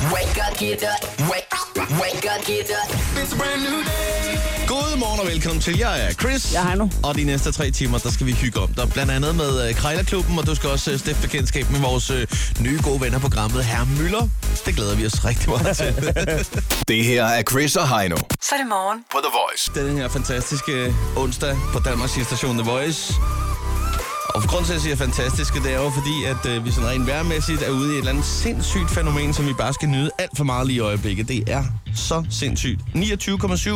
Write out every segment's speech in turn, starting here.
Wake up, get up. Wake, wake up, get up. It's a brand new day. God morgen og velkommen til. Jeg er Chris. Jeg er Heino. Og de næste tre timer, der skal vi hygge om dig. Blandt andet med øh, Krejlerklubben, og du skal også øh, stifte bekendtskab med vores øh, nye gode venner på programmet, Herre Møller. Det glæder vi os rigtig meget til. Det her er Chris og Heino Så er det morgen. på The Voice. Den her fantastiske øh, onsdag på Danmarks station The Voice. Og grund til, at jeg siger fantastiske, det er jo fordi, at øh, vi sådan rent værmæssigt er ude i et eller andet sindssygt fænomen, som vi bare skal nyde alt for meget lige i øjeblikket. Det er så sindssygt. 29,7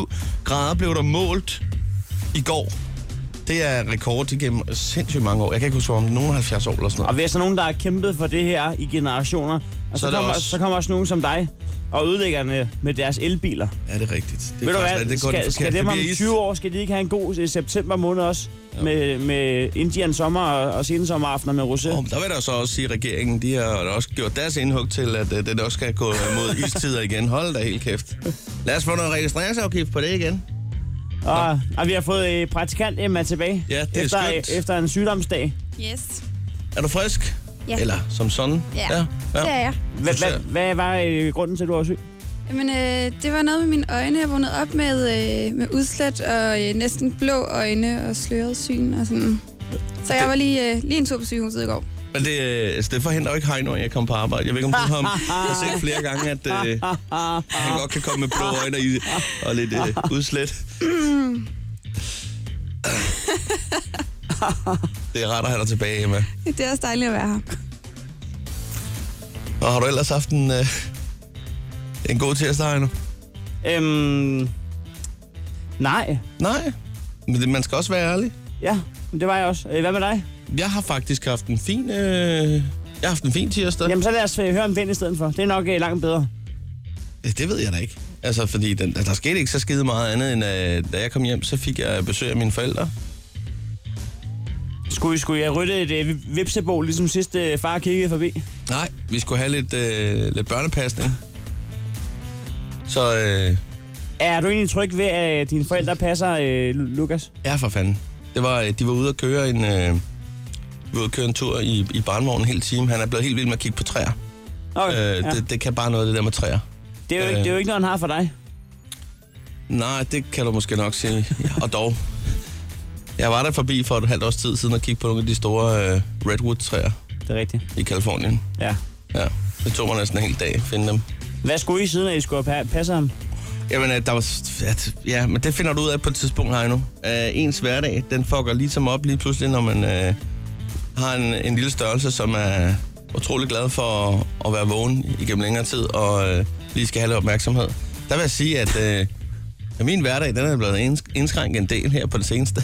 grader blev der målt i går. Det er rekord igennem sindssygt mange år. Jeg kan ikke huske, om det er nogen 70 år eller sådan Og noget. hvis der er nogen, der har kæmpet for det her i generationer, og Så så, er så, der kommer, også- også... så kommer også nogen som dig og ødelæggerne med deres elbiler. Er det rigtigt? Det er Ved du faktisk rigtigt. hvad, Det går den skal, skal forkerte- dem om det bliver is. 20 år, skal de ikke have en god øh, september måned også? Med, med Indian sommer og, og sensommeraftener med rosé. Og der vil jeg da så også sige, at regeringen de har også gjort deres indhug til, at øh, den også skal gå øh, mod istider igen. Hold da helt kæft. Lad os få noget registreringsafgift på det igen. Og, og vi har fået øh, praktikant Emma tilbage. Ja, det er efter, skønt. øh, efter en sygdomsdag. Yes. Er du frisk? Ja. Eller som sådan? Ja. ja. Det er jeg. Hvad Succes. hva, hvad var øh, grunden til, at du var syg? Jamen, øh, det var noget med mine øjne. Jeg vågnede op med, øh, med udslet og øh, næsten blå øjne og sløret syn og sådan. Så jeg var lige, øh, lige en tur på sygehuset i går. Men det, øh, altså, det forhindrer jo ikke Heino, at jeg kom på arbejde. Jeg ved ikke, om du har, jeg har set flere gange, at øh, han godt kan komme med blå øjne og, i- og lidt øh, udslet. Det er rart at have dig tilbage, Emma. Det er også dejligt at være her. Og har du ellers haft en, øh, en god tirsdag, Heino? Øhm, nej. Nej, men det- man skal også være ærlig. Ja, men det var jeg også. Øh, Hvad med dig? Jeg har faktisk haft en fin, øh, jeg har haft en fin tirsdag. Jamen, så lad os øh, høre om den i stedet for. Det er nok øh, langt bedre. Ja, Det ved jeg da ikke. Altså, fordi den, altså, der skete ikke så skide meget andet, end øh, da jeg kom hjem, så fik jeg besøg af mine forældre. Skulle, skulle jeg rytte et øh, vipsebol, ligesom sidste øh, far kiggede forbi? Nej, vi skulle have lidt, øh, lidt børnepasning. Så øh, Er du egentlig tryg ved, at øh, dine forældre passer øh, Lu- Lukas? ja, for fanden. Det var, øh, de var ude at køre en, øh, de var ude at køre en tur i, i barnvognen en hel time. Han er blevet helt vild med at kigge på træer. Okay, Øh, ja. det, det, det kan bare noget, det der med træer. Øh, det, er jo, ikke- det er jo ikke noget, han har for dig. Nej, det kan du måske nok sige. Og dog. Jeg var der forbi for et halvt års tid siden og kiggede på nogle af de store øh, redwood-træer Det er rigtigt. i Kalifornien. Ja. Ja, det tog mig næsten en hel dag at finde dem. Hvad skulle I siden, at I skulle pa- passe ham? Jamen, øh, der var... At, ja, men det finder du ud af på et tidspunkt, Heino. Uh, ens hverdag, den fucker ligesom op lige pludselig, når man uh, har en, en lille størrelse, som er utrolig glad for at, at være vågen igennem længere tid, og uh, lige skal have lidt opmærksomhed. Der vil jeg sige, at, uh, at min hverdag, den er blevet inds- indskrænket en del her på det seneste.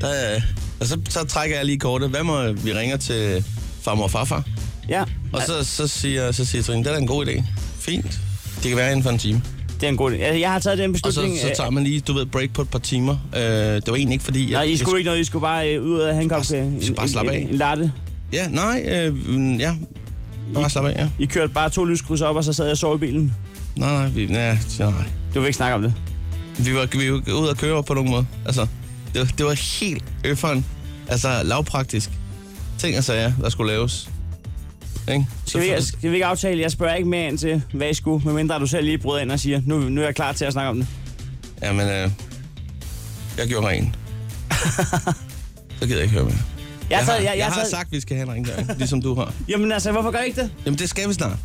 Der, uh, og så, så trækker jeg lige kortet. Hvad må vi ringer til farmor og farfar? Ja, Og så, så siger, så siger Trine, det er da en god idé. Fint. Det kan være inden for en time. det er en god idé. Altså, jeg har taget den Og så, beslutning. øh, så tager man lige, du ved, break på et par timer. Øh, det var egentlig ikke fordi... Nej, at- I skulle ikke noget. I skulle bare øh, ud og have en kop Bare- øh, I skulle bare en- slappe af. en, en latte. Ja, nej, øh, mm, ja. Bare slap af, ja. I kørte bare to lyskryds op, og så sad jeg og sov i bilen. Nej, nej, vi, nej, nej. Du vil ikke snakke om det. Vi var, vi var ude at køre på nogen måde. Altså, det, var- det var helt øfferen. Altså, lavpraktisk. Ting og sager, der skulle laves. Ikke? Skal vi, skal vi ikke aftale? Jeg spørger ikke mere ind til, hvad I skulle, medmindre du selv lige bryder ind og siger, nu, nu er jeg klar til at snakke om det. Jamen, øh, jeg gjorde ren. så gider jeg ikke høre mere. Jeg, har, tager- jeg, jeg har tager- sagt, at vi skal have en rengøring, ligesom du har. Jamen altså, hvorfor gør I ikke det? Jamen, det skal vi snart.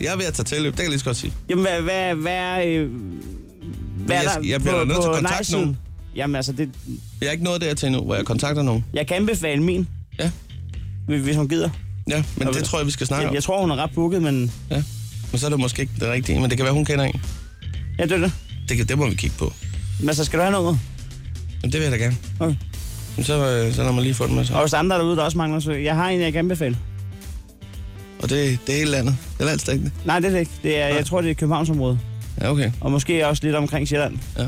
Jeg er ved at tage tilløb, det kan jeg lige så godt sige. Jamen, hvad, hvad, hvad, øh, hvad jeg er skal- der jeg bliver da på, nødt til på at kontakte nej-siden? nogen. Jamen altså, det, Jeg er ikke nået dertil endnu, hvor jeg kontakter nogen. jeg kan anbefale min, Ja, hvis hvis hun gider. ja men Og det ved- tror jeg, vi skal snakke Jeg, om. jeg tror, hun er ret booket, men Ja. Men så er det måske ikke det rigtige, men det kan være, hun kender en. ja, det er det. Det, kan, det må vi kigge på. Men så skal du have noget. Jamen, det vil jeg da gerne. Okay. Men så, øh, så lad mig lige få den med sig. Og hvis der er andre derude, der også mangler, så jeg har en, jeg kan anbefale. Og det, det er hele landet. Det er landstækkende. Nej, det er det ikke. Det er, jeg tror, det er Københavnsområdet. Ja, okay. Og måske også lidt omkring Sjælland. Ja.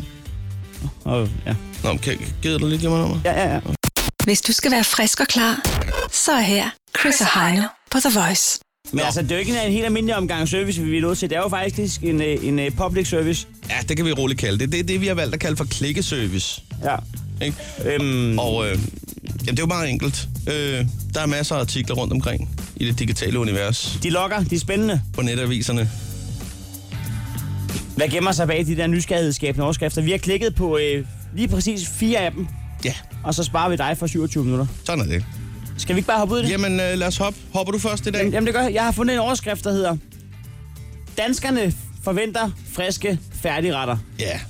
Og, ja. Nå, men kan, gider du lige give mig nummer? ja, ja, ja. Hvis du skal være frisk og klar, så er her Chris og Heino på The Voice. Men Nå. altså, det er jo ikke en, en helt almindelig omgang service, vi er nødt til. Det er jo faktisk en, øh, en, en public service. Ja, det kan vi roligt kalde det. Det er det, vi har valgt at kalde for klikkeservice. Ja. Ikke? Øhm, Og øh, jamen, det er jo meget enkelt. Øh, der er masser af artikler rundt omkring i det digitale univers. de lokker, de er spændende. På netaviserne. Hvad gemmer sig bag de der nysgerrighedsskabende overskrifter? Vi har klikket på øh, lige præcis fire af dem, Ja, og så sparer vi dig for 27 minutter. sådan er det. Skal vi ikke bare hoppe ud i det? Jamen, øh, lad os hoppe. Hopper du først i dag? Jamen, jamen det gør jeg. Jeg har fundet en overskrift, der hedder Danskerne forventer friske færdigretter. Ja.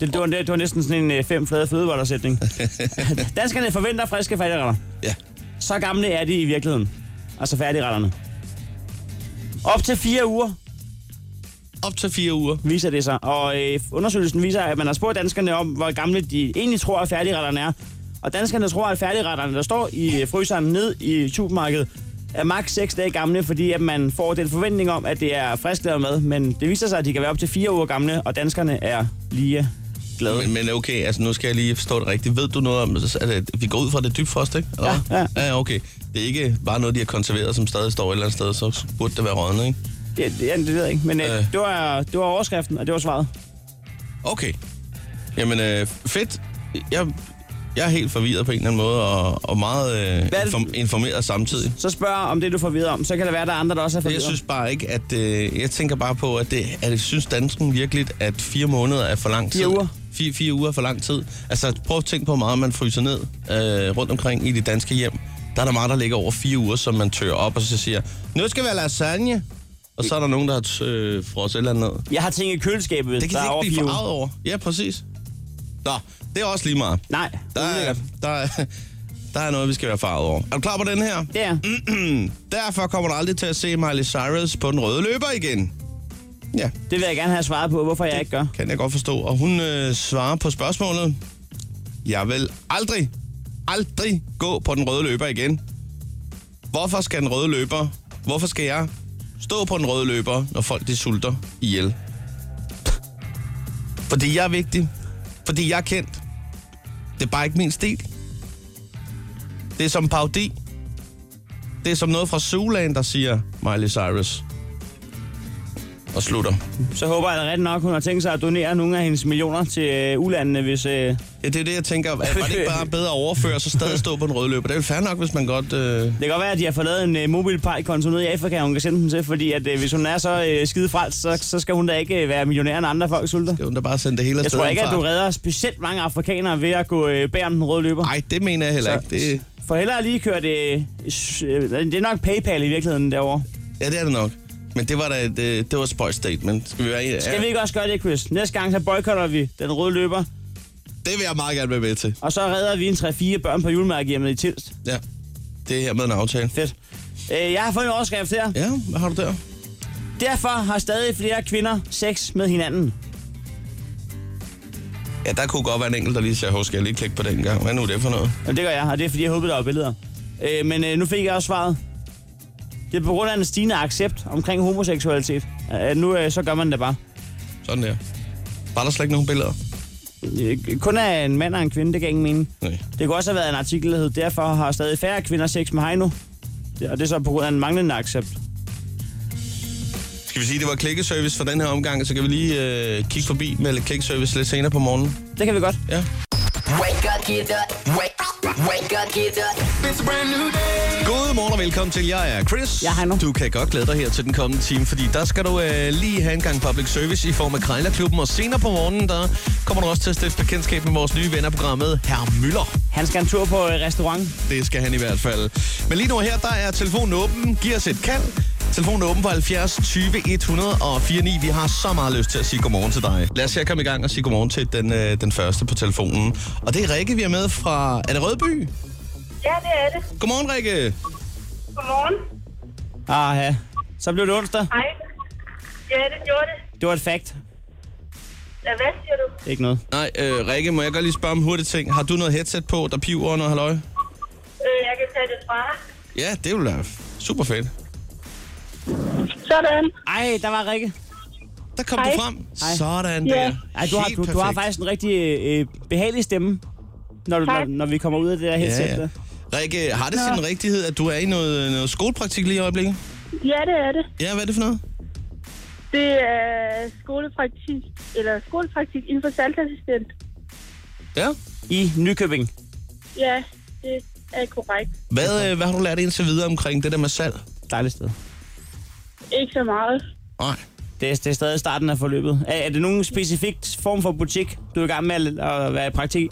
Det, det, var, det, det var næsten sådan en øh, fem flade fødevarersætning. Danskerne forventer friske færdigretter. Ja. Så gamle er de i virkeligheden. Altså færdigretterne. Op til fire uger Op til fire uger. viser det sig. Og øh, undersøgelsen viser, at man har spurgt danskerne om, hvor gamle de egentlig tror, at færdigretterne er. Og danskerne tror, at færdigretterne, der står i øh, fryseren ned i supermarkedet, er maks 6 dage gamle, fordi at man får den forventning om, at det er frisk lavet mad. Men det viser sig, at de kan være op til 4 uger gamle, og danskerne er lige glade. Men, men okay, altså nu skal jeg lige forstå det rigtigt. Ved du noget om, at det- vi går ud fra at det er dybfrost, ikke? Og, Ja, ja. Ja, okay. Det er ikke bare noget, de har konserveret, som stadig står et eller andet sted, så burde det være rådne, ikke? Det, det, det ved jeg ikke, men øh, Øh. det, var, det var overskriften, og det var svaret. Okay. Jamen, øh, fedt. Jeg, jeg er helt forvirret på en eller anden måde, og, og meget øh, Hvad er det- inform- informeret samtidig. Så spørg om det, du får videre om. Så kan der være, at der er andre, der også er Jeg forvirret. synes bare ikke, at... Øh, jeg tænker bare på, at det, at det synes dansken virkelig, at fire måneder er for lang tid. Fire uger. Fire, fire uger er for lang tid. Altså, prøv at tænke på, hvor meget man fryser ned øh, rundt omkring i det danske hjem. Der er der meget, der ligger over fire uger, som man tør op og så siger, nu skal vi have lasagne. Og så er der nogen, der har øh, frosset et eller andet ned. Jeg har ting i køleskabet, hvis Det kan der er de over ikke fire blive uger. forarvet over. Ja, præcis. Nå, det er også lige meget. Nej, Der er, der, er, der er noget, vi skal være farvet over. Er du klar på den her? det er. Derfor kommer du aldrig til at se Miley Cyrus på den røde løber igen. Ja, Det vil jeg gerne have svaret på, hvorfor jeg ikke gør. kan jeg godt forstå. Og hun øh, svarer på spørgsmålet. Jeg vil aldrig, aldrig gå på den røde løber igen. Hvorfor skal den røde løber, hvorfor skal jeg stå på den røde løber, når folk de sulter ihjel? Fordi jeg er vigtig. Fordi jeg er kendt. Det er bare ikke min stil. Det er som parodi. Det er som noget fra Zooland, der siger Miley Cyrus. Og slutter. Så håber jeg da rigtig nok, hun har tænkt sig at donere nogle af hendes millioner til øh, ulandene, hvis... Øh, Ja, det er det, jeg tænker. Er- Var det ikke bare bedre at overføre, så stadig stå på en rød løber? Det er jo fair nok, hvis man godt... Øh... det kan godt være, at de har fået lavet en øh, mobilpejkonto nede i Afrika, hun kan sende den til, fordi at, øh, hvis hun er så øh, skide frelst, så, så skal hun da ikke øh, være millionær, når andre folk sulter. Det er jo da bare at sende det hele Jeg afsted. tror ikke, at du redder specielt mange afrikanere ved at gå øh, bag om den røde løber. Nej, det mener jeg heller ikke. Det... For hellere lige køre det... øh, Det er nok PayPal i virkeligheden derovre. Ja, det er det nok. Men det var da et, øh, det var et spøjt statement. Skal vi være enige? Skal Ja, vi ikke også gøre det, Chris? Næste gang så boykotter vi den røde løber, Det vil jeg meget gerne være med til. og så redder vi en 3-4 børn på julemærkehjemmet i Tilst. Ja. Det er her med en aftale. Fedt. Øh, Jeg har fået en overskrift her. Ja, hvad har du der? Derfor har stadig flere kvinder sex med hinanden. Ja, der kunne godt være en enkelt, der lige siger, hov, skal jeg lige klikke på den gang? Hvad nu er det for noget? Jamen, det gør jeg, og det er fordi, jeg håbede, der var billeder. Øh, men øh, nu fik jeg også svaret. Det er på grund af en stigende accept omkring homoseksualitet. Øh, nu øh, så gør man det bare. Sådan der. Var der slet ikke nogen billeder? Øh, kun af en mand og en kvinde, det kan ingen mening. Nej. Det kunne også have været en artikel, der hed, derfor har stadig færre kvinder sex med Heino. Det- Og det er så på grund af en manglende accept. Skal vi sige, det var klikkeservice for den her omgang, så kan vi lige øh, kigge forbi med lidt klikkeservice lidt senere på morgenen. Det kan vi godt. Ja. Wake up, get up. Wake up, wake up, get up. It's a brand new day. Godmorgen og velkommen til. Jeg er Chris. Jeg er Heino. Du kan godt glæde dig her til den kommende time, fordi der skal du øh, lige have en gang public service i form af Krejlerklubben. Og senere på morgenen, der kommer du også til at stifte bekendtskab med vores nye ven af programmet, Herr Møller. Han skal en tur på øh, restaurant. Det skal han i hvert fald. Men lige nu her, der er telefonen åben. Giv os et kald. Telefonen er åben på 70 20 104 9. Vi har så meget lyst til at sige godmorgen til dig. Lad os se at komme i gang og sige godmorgen til den, øh, den første på telefonen. Og det er Rikke, vi er med fra... Er det Rødby? Ja, det er det. Godmorgen, Rikke. Godmorgen. Ah, ja. Så blev det onsdag. Hej. Ja, det gjorde det. Det var et fact. Ja, hvad siger du? Ikke noget. Nej, øh, Rikke, må jeg godt lige spørge om hurtigt ting. Har du noget headset på, der piver og noget halløj? Øh, jeg kan tage det fra. Ja, det ville være super fedt. Sådan. Ej, der var Rikke. Der kom Hej. du frem. Sådan Ja. der. Ej, du har, Helt du, du har perfekt. faktisk en rigtig øh, behagelig stemme, når, du, når, Tak. når vi kommer ud af det der headset. Ja, Ja, ja. ja. Rikke, har det sin rigtighed, at du er i noget, noget skolepraktik lige i øjeblikket? Ja, det er det. Ja, hvad er det for noget? Det er skolepraktik, eller skolepraktik inden for salgsassistent. Ja. I Nykøbing. Ja, det er korrekt. Hvad, øh, hvad har du lært indtil videre omkring det der med salg? Dejligt sted. Ikke så meget. Nej. Det er, det er stadig starten af forløbet. Er, er det nogen specifik form for butik, du er i gang med at, at være i praktik i?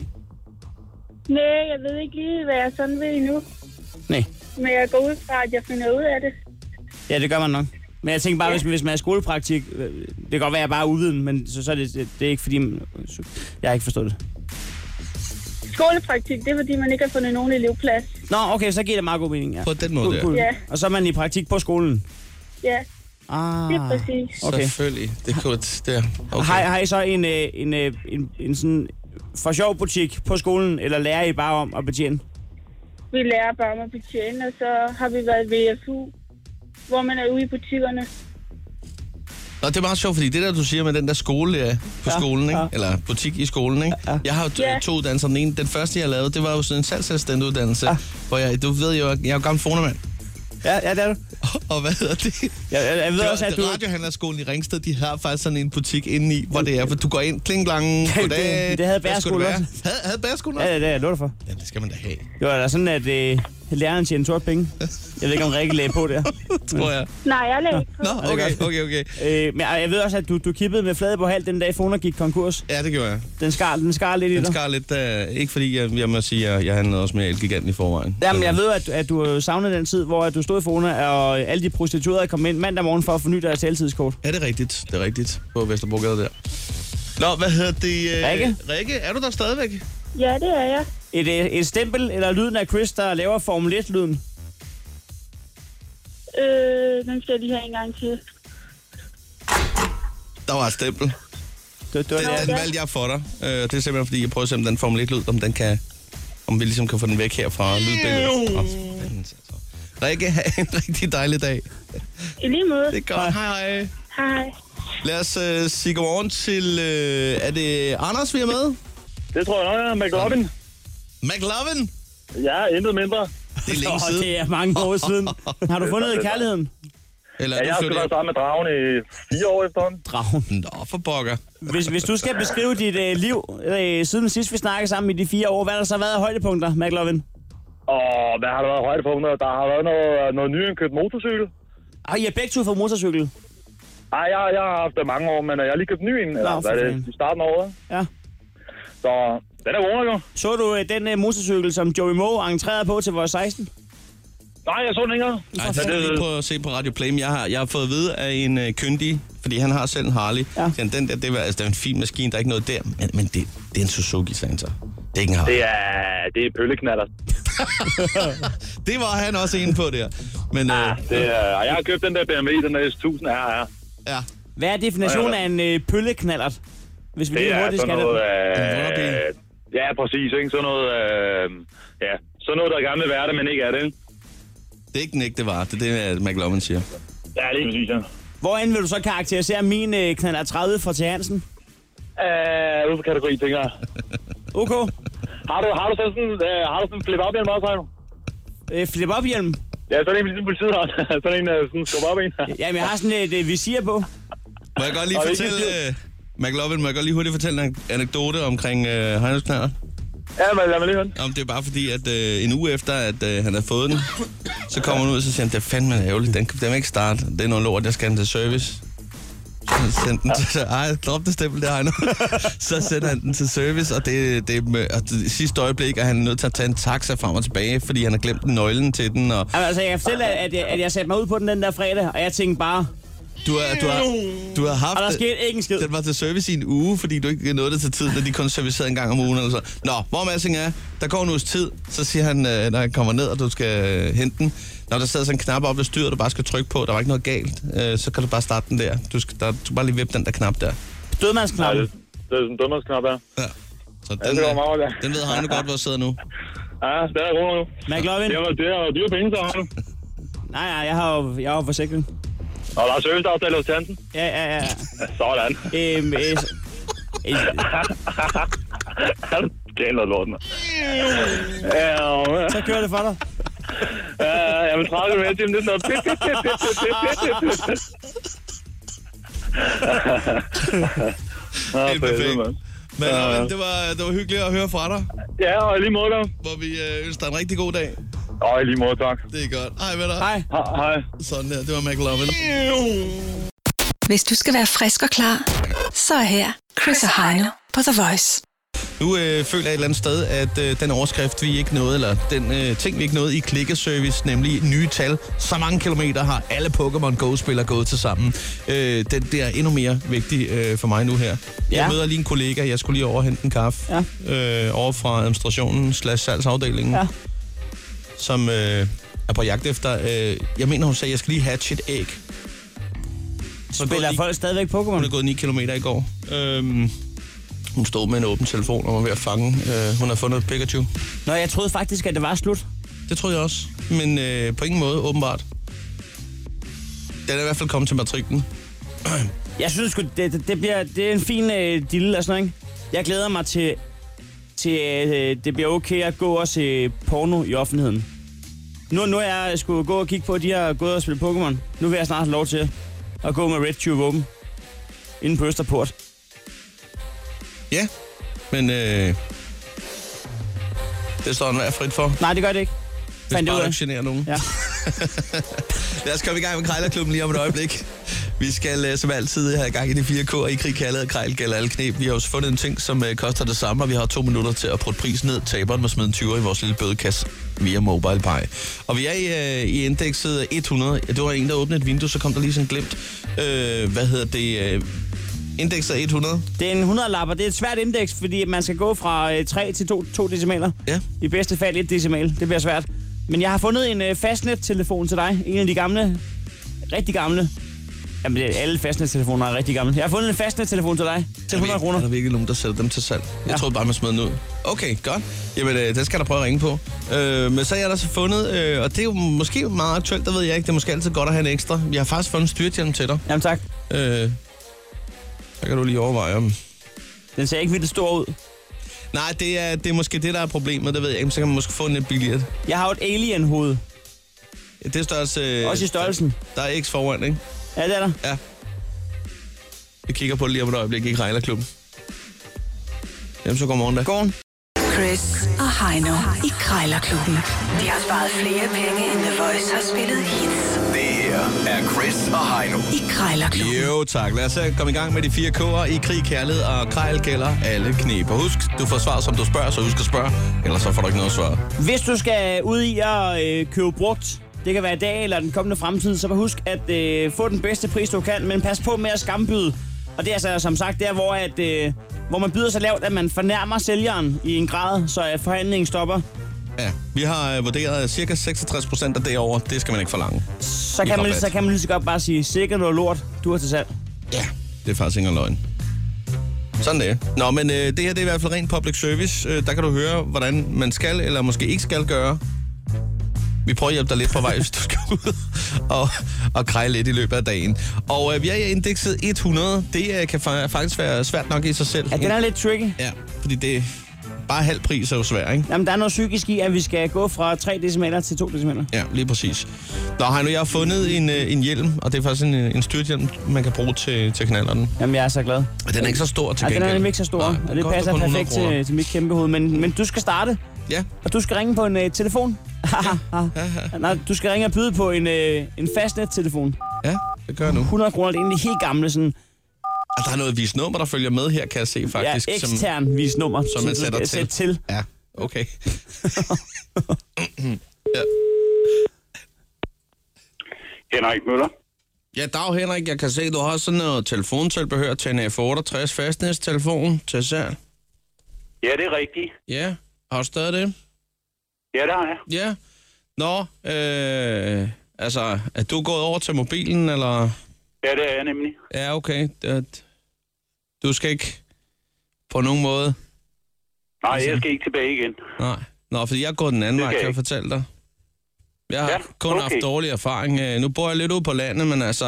Nej, jeg ved ikke lige, hvad jeg sådan vil endnu. Nej. Men jeg går ud fra, at jeg finder ud af det. Ja, det gør man nok. Men jeg tænker bare, hvis, hvis man er i skolepraktik, øh, det kan godt være, at jeg bare er uviden, men så, så er det, det er ikke fordi... Jeg har ikke forstået det. Skolepraktik, det er fordi, man ikke har fundet nogen elevplads. Nå, okay, så giver det meget god mening, ja. På den måde Cool, der. cool. Ja. Og så er man i praktik på skolen. Ja, Ah. det er præcis. Okay. Selvfølgelig. Det kunne der. Okay. Har, har I så en, øh, en, øh, en, en sådan for sjov butik på skolen, eller lærer I bare om at betjene? Vi lærer bare om at betjene, og så har vi været i VFU, hvor man er ude i butikkerne. Nå, det er meget sjovt, fordi det der, du siger med den der skole ja, på Ja, ja, skolen, ikke? ja. Ja. eller butik i skolen, ikke? Ja. jeg har jo to, Ja. to uddannelser. Den, ene, den første, jeg lavede, det var jo sådan en salgsassistentuddannelse, ja. hvor jeg, du ved jo, at jeg er jo gammel fornemand. Ja, ja, det er du. Og hvad hedder det? Jeg, jeg, jeg ved Det også, var, at det du... radiohandlerskolen i Ringsted, de har faktisk sådan en butik indeni, hvor det er, hvor du går ind, kling klang, det- goddag. det havde hvad skulle bæreskole det være? også. Havde, havde bæreskolen også? Ja, det er jeg lovet for. Ja, det skal man da have, Det var da sådan, at øh, læreren tjener sort penge. Jeg ved ikke, om Rikke lagde på der. tror jeg. Nej, jeg lagde ikke på. Nå, det er okay, godt. okay, okay. Øh, men jeg ved også, at du, du kippede med flade på halv den dag, Foner gik konkurs. Ja, det gjorde jeg. Den skar, den skar lidt i Den dig. skar lidt, uh, ikke fordi jeg, jeg må sige, at jeg, jeg handlede også med Elgiganten i forvejen. Jamen, Så- jeg ved, at, at du øh, savnede den tid, hvor at du stod i Fona, og alle de prostituerede kom ind mandag morgen for at forny deres taltidskort. Ja, det er rigtigt. Det er rigtigt. På Vesterbrogade der. Nå, hvad hedder det? øh, Rikke? Rikke, er du der stadigvæk? Ja, det er jeg. Et, øh, et stempel eller lyden af Chris, der laver Formel 1-lyden. Øh, den skal jeg lige have en gang til. Der var et stempel. Det, det, var Den, det. den valgte jeg for dig. Øh, det er simpelthen, fordi jeg prøver at se, om den Formel 1-lyd, om, den kan, om vi ligesom kan få den væk her fra lydbilledet. Åh, for fanden, altså. Rikke, have en rigtig dejlig dag. I lige måde. Det er godt. Hej, hej. Hej. Lad os øh, sige godmorgen til... Øh, er det Anders, vi er med? Det tror jeg nok, er McLovin. McLovin? Ja, intet mindre. Det er længe Nå, siden. det er mange år siden. Har du fundet kærligheden? Eller Ja, er jeg du har sgu flyttet været sammen med dragen i fire år efterhånden. Dragen. hjem? Nå, for pokker. Hvis, hvis du skal beskrive dit øh, liv øh, siden sidst, vi snakkede sammen i de fire år, hvad har der så været af højdepunkter, McLovin? Og hvad har der været højdepunkter? Der har været noget, noget nyindkøbt motorcykel. Og I har begge to fået motorcykel. Ej, jeg, jeg har haft det mange år, men jeg har lige købt en ny en. Eller, Nå, for hvad er fanden. det? I starten af året. Ja. Så den er vågen, jo. Så du øh, den øh, motorcykel, som Joey Moe entrerede på til vores 16? Nej, jeg så den ikke. engang. Ej, det skal vi lige prøve at se på Radio Play. Men jeg har, jeg har fået at vide af en øh, kyndig, fordi han har selv en Harley. Ja. Ja. Den der, det var, altså, det er en fin maskine, der er ikke noget der. Men, men det, det er en Suzuki, sagde han så. Det er ikke en Harley. Det er, det er pølleknatter. Det var han også inde på der. Men øh, Ja, det er, og jeg har købt den der BMW, den der S1000 her. ja. ja, Hvad er definitionen af en øh, pølleknallert? Hvis vi Det lige er hurtigt sådan skal noget... det. En vunderbil. Øh, ja, præcis. Ikke? Sådan noget, øh, ja. sådan noget, der er gerne vil være det, men ikke er det. ikke? det er ikke den ægte vare. Det er det, at McLovin siger. Ja, lige præcis, ja. Hvordan vil du så karakterisere min øh, knaller 30 fra til Hansen? Øh, ude for kategori, tænker jeg. OK. Har du, har du så sådan, øh, har du sådan en flip op i en også, Heino? Øh, flip op hjelm. Ja, sådan en, ligesom politiet har. sådan en, øh, sådan skub op en. Jamen, jeg har sådan et øh, visir på. Må jeg godt lige Og ikke en fortælle... Øh, McLovin, må jeg godt lige hurtigt fortælle en anekdote omkring øh, Heinrichsknaller? ja, men lad mig lige høre den. Om det er bare fordi, at øh, en uge efter, at øh, han har fået den, så kommer han ud, og så siger han, det er fandme ærgerligt, den, kan- den vil ikke starte. Det er noget lort, jeg skal have den til service. Så sendte den til, ej, drop det stempel der, Heino. så sender han den til service, og det, det, er med, og det sidste øjeblik er han nødt til at tage en taxa frem og tilbage, fordi han har glemt nøglen til den, og Jamen, altså, jeg kan fortælle, at, at, jeg, at jeg satte mig ud på den den der fredag, og jeg tænkte bare, du har, du har, du har haft... og der skete ikke en skid. Den var til service i en uge, fordi du ikke nåede det til tid, da de kun servicerede en gang om ugen. Eller så. Nå, hvor Massing er, der går en uges tid, så siger han, øh, når han kommer ned, og du skal øh, hente den, når der sidder sådan en knap op ved styret, du bare skal trykke på, der var ikke noget galt, øh, så kan du bare starte den der. Du skal, der, du skal bare lige vippe den der knap der. Nej, det, Dødmandsknappen. det er sådan en dummersknap her. Ja. Så Ja, den, det var meget øh, godt. den ved Heino godt, hvor jeg sidder nu. Ja, den er god nu. McLovin? Det var, det var dyre penge, så har du. Nej, nej, jeg har jo, jeg har jo forsikring. Og der er serviceaftale hos Hansen. Ja, ja, ja. Sådan. Øhm, øh, s- øh, det er noget lort, mand. Ja, ja. så kører det for dig. Ja, jeg vil trække med til, det er sådan noget. pip, pip, pip, pip, pip, pip, pip, pip. Nå, Helt for helvede, perfekt. mand. Men Ja, ja. øh, det, var, det var hyggeligt at høre fra dig, Ja, og i lige måde, da. hvor vi øh, ønsker dig en rigtig god dag. Og i lige måde, tak. Det er godt. Hej med dig. Hej. Ha- Hej. Sådan der, det var McLovin. Hvis du skal være frisk og klar, så er her Chris og Heino på The Voice. Nu øh, føler jeg et eller andet sted, at øh, den overskrift, vi ikke nåede, eller den øh, ting, vi ikke nåede i klikkeservice, nemlig nye tal. Så mange kilometer har alle Pokémon Go-spillere gået til sammen. Øh, den der er endnu mere vigtig øh, for mig nu her. Ja. Jeg Ja. møder lige en kollega, jeg skulle lige over og hente en kaffe. Ja. Øh, over fra administrationen slash salgsafdelingen. Ja. Som øh, er på jagt efter. Øh, jeg mener, hun sagde, jeg skal lige have et æg. Så Spiller folk stadigvæk hun er Pokémon? gået 9 km i går. Øhm, hun stod med en åben telefon og var ved at fange. Øh, hun har fundet et Pikachu. Nå, jeg troede faktisk, at det var slut. Det troede jeg også. Men øh, på ingen måde, åbenbart. Den er i hvert fald kommet til matriklen. Jeg synes sgu, det, det, det, bliver, det er en fin øh, dille og sådan noget, ikke? Jeg glæder mig til, til at øh, det bliver okay at gå og se porno i offentligheden. Nu, nu er jeg skulle gå og kigge på, at de har gået og spillet Pokémon. Nu vil jeg snart have lov til at gå med Red Tube Open. Inden på Østerport. Ja, men øh, det står han frit for. Nej, det gør det ikke. Hvis Fandt det ud bare du af. ikke generer nogen. Ja. Lad os komme i gang med Krejlerklubben lige om et øjeblik. Vi skal øh, som altid have gang i de fire K'er i krig, kaldet og krejl, gælder alle knep. Vi har også fundet en ting, som øh, koster det samme, og vi har to minutter til at putte prisen ned. Taberen må smide en 20 i vores lille bødekasse via MobilePay. Og vi er i, øh, i indekset 100. Ja, Det var en, der åbnede et vindue, så kom der lige sådan glemt. Øh, hvad hedder det? Øh, indekset 100. Det er en 100 lapper. Det er et svært indeks, fordi man skal gå fra øh, 3 til 2, 2 decimaler. Ja. I bedste fald et decimal. Det bliver svært. Men jeg har fundet en øh, fastnet-telefon til dig. En af de gamle. Rigtig gamle. Jamen, det er, alle fastnet-telefoner er rigtig gamle. Jeg har fundet en fastnet-telefon til dig. Til 100 Er der kroner. virkelig nogen, der sætter dem til salg? Jeg Ja. troede bare, man smed den ud. Okay, godt. Jamen, øh, den skal der prøve at ringe på. Øh, men så er jeg der så fundet, øh, og det er jo måske meget aktuelt, der ved jeg ikke. Det er måske altid godt at have en ekstra. Jeg har faktisk fundet en styrthjelm til dig. Jamen tak. Øh, så kan du lige overveje om... Den ser ikke vildt stor ud. Nej, det er, det er måske det, der er problemet, det ved jeg ikke. Men Så kan man måske få en lidt billigere. Jeg har jo et alien-hoved. Det er størrelse... Øh, Også i størrelsen. Der er X foran, ikke? Ja, det er der. Ja. Jeg kigger på det lige om et øjeblik i Krejlerklubben. Jamen, så godmorgen da. Gården. Chris Og Heino i Krejlerklubben. De har sparet flere penge, end The Voice har spillet hits Det her er Chris og Heino. I Krejlerklubben. Jo, tak. Lad os øh, komme i gang med de fire K'er i krig, kærlighed og krejl gælder alle knep. Og husk, du får svar, som du spørger, så husk at spørge, ellers så får du ikke noget svar. Hvis du skal ud i at øh, købe brugt, det kan være i dag eller den kommende fremtid, så husk at øh, få den bedste pris, du kan, men pas på med at skambyde. Og det er altså som sagt der, hvor, at, øh, hvor man byder så lavt, at man fornærmer sælgeren i en grad, så at forhandlingen stopper. Ja, vi har øh, vurderet at cirka 66 procent af det over. Det skal man ikke forlange. Så I kan, man, rabat. så kan man lige så godt bare sige, sikkert noget lort, du har til salg. Ja, det er faktisk ikke engang løgn. Sådan det. Nå, men øh, det her det er i hvert fald rent public service. Øh, der kan du høre, hvordan man skal eller måske ikke skal gøre. Vi prøver at hjælpe dig lidt på vej, hvis du skal ud og, og kreje lidt i løbet af dagen. Og øh, vi er i indekset 100. Det øh, kan fa- faktisk være svært nok i sig selv. Ja, den er lidt tricky. Ja, fordi det bare halv pris er jo svært, ikke? Jamen, der er noget psykisk i, at vi skal gå fra 3 decimaler til 2 decimaler. Ja, lige præcis. Nå, Heino, jeg har fundet en, øh, en hjelm, og det er faktisk en, øh, en styrthjelm, man kan bruge til, til knalderen. Jamen, jeg er så glad. Og den er ikke så stor til Ja, den gengæld. er nemlig ikke så stor, Nej, og det koster passer kun 100 perfekt til, til mit kæmpe hoved. Men, men du skal starte. Ja, Og du skal ringe på en øh, telefon. Nej, du skal ringe og byde på en, øh, en fastnet-telefon. ja, det gør jeg nu. 100 kroner, det er egentlig helt gamle, sådan Og Altså, der er noget visnummer, der følger med her, kan jeg se ja, faktisk. ekstern som, vis nummer, som man sætter til. sætte til. Ja, okay. Henrik Møller. Ja, dag Henrik, jeg kan se, du har sådan noget telefontilbehør til en F68 fastnæstelefon til salg. Ja, det er rigtigt. Ja, har du stadig det? Ja, der er jeg. Ja. Nå, øh, altså, er du gået over til mobilen, eller? Ja, det er jeg nemlig. Ja, okay. Det- Du skal ikke på nogen måde? Altså- Nej, jeg skal ikke tilbage igen. Nej. Nå, fordi jeg er gået den anden Det vej, kan kan jeg jeg fortælle dig. Jeg har ja, Ja, kun okay. haft okay. dårlig erfaring. Øh, Nu bor jeg lidt ude på landet, men altså...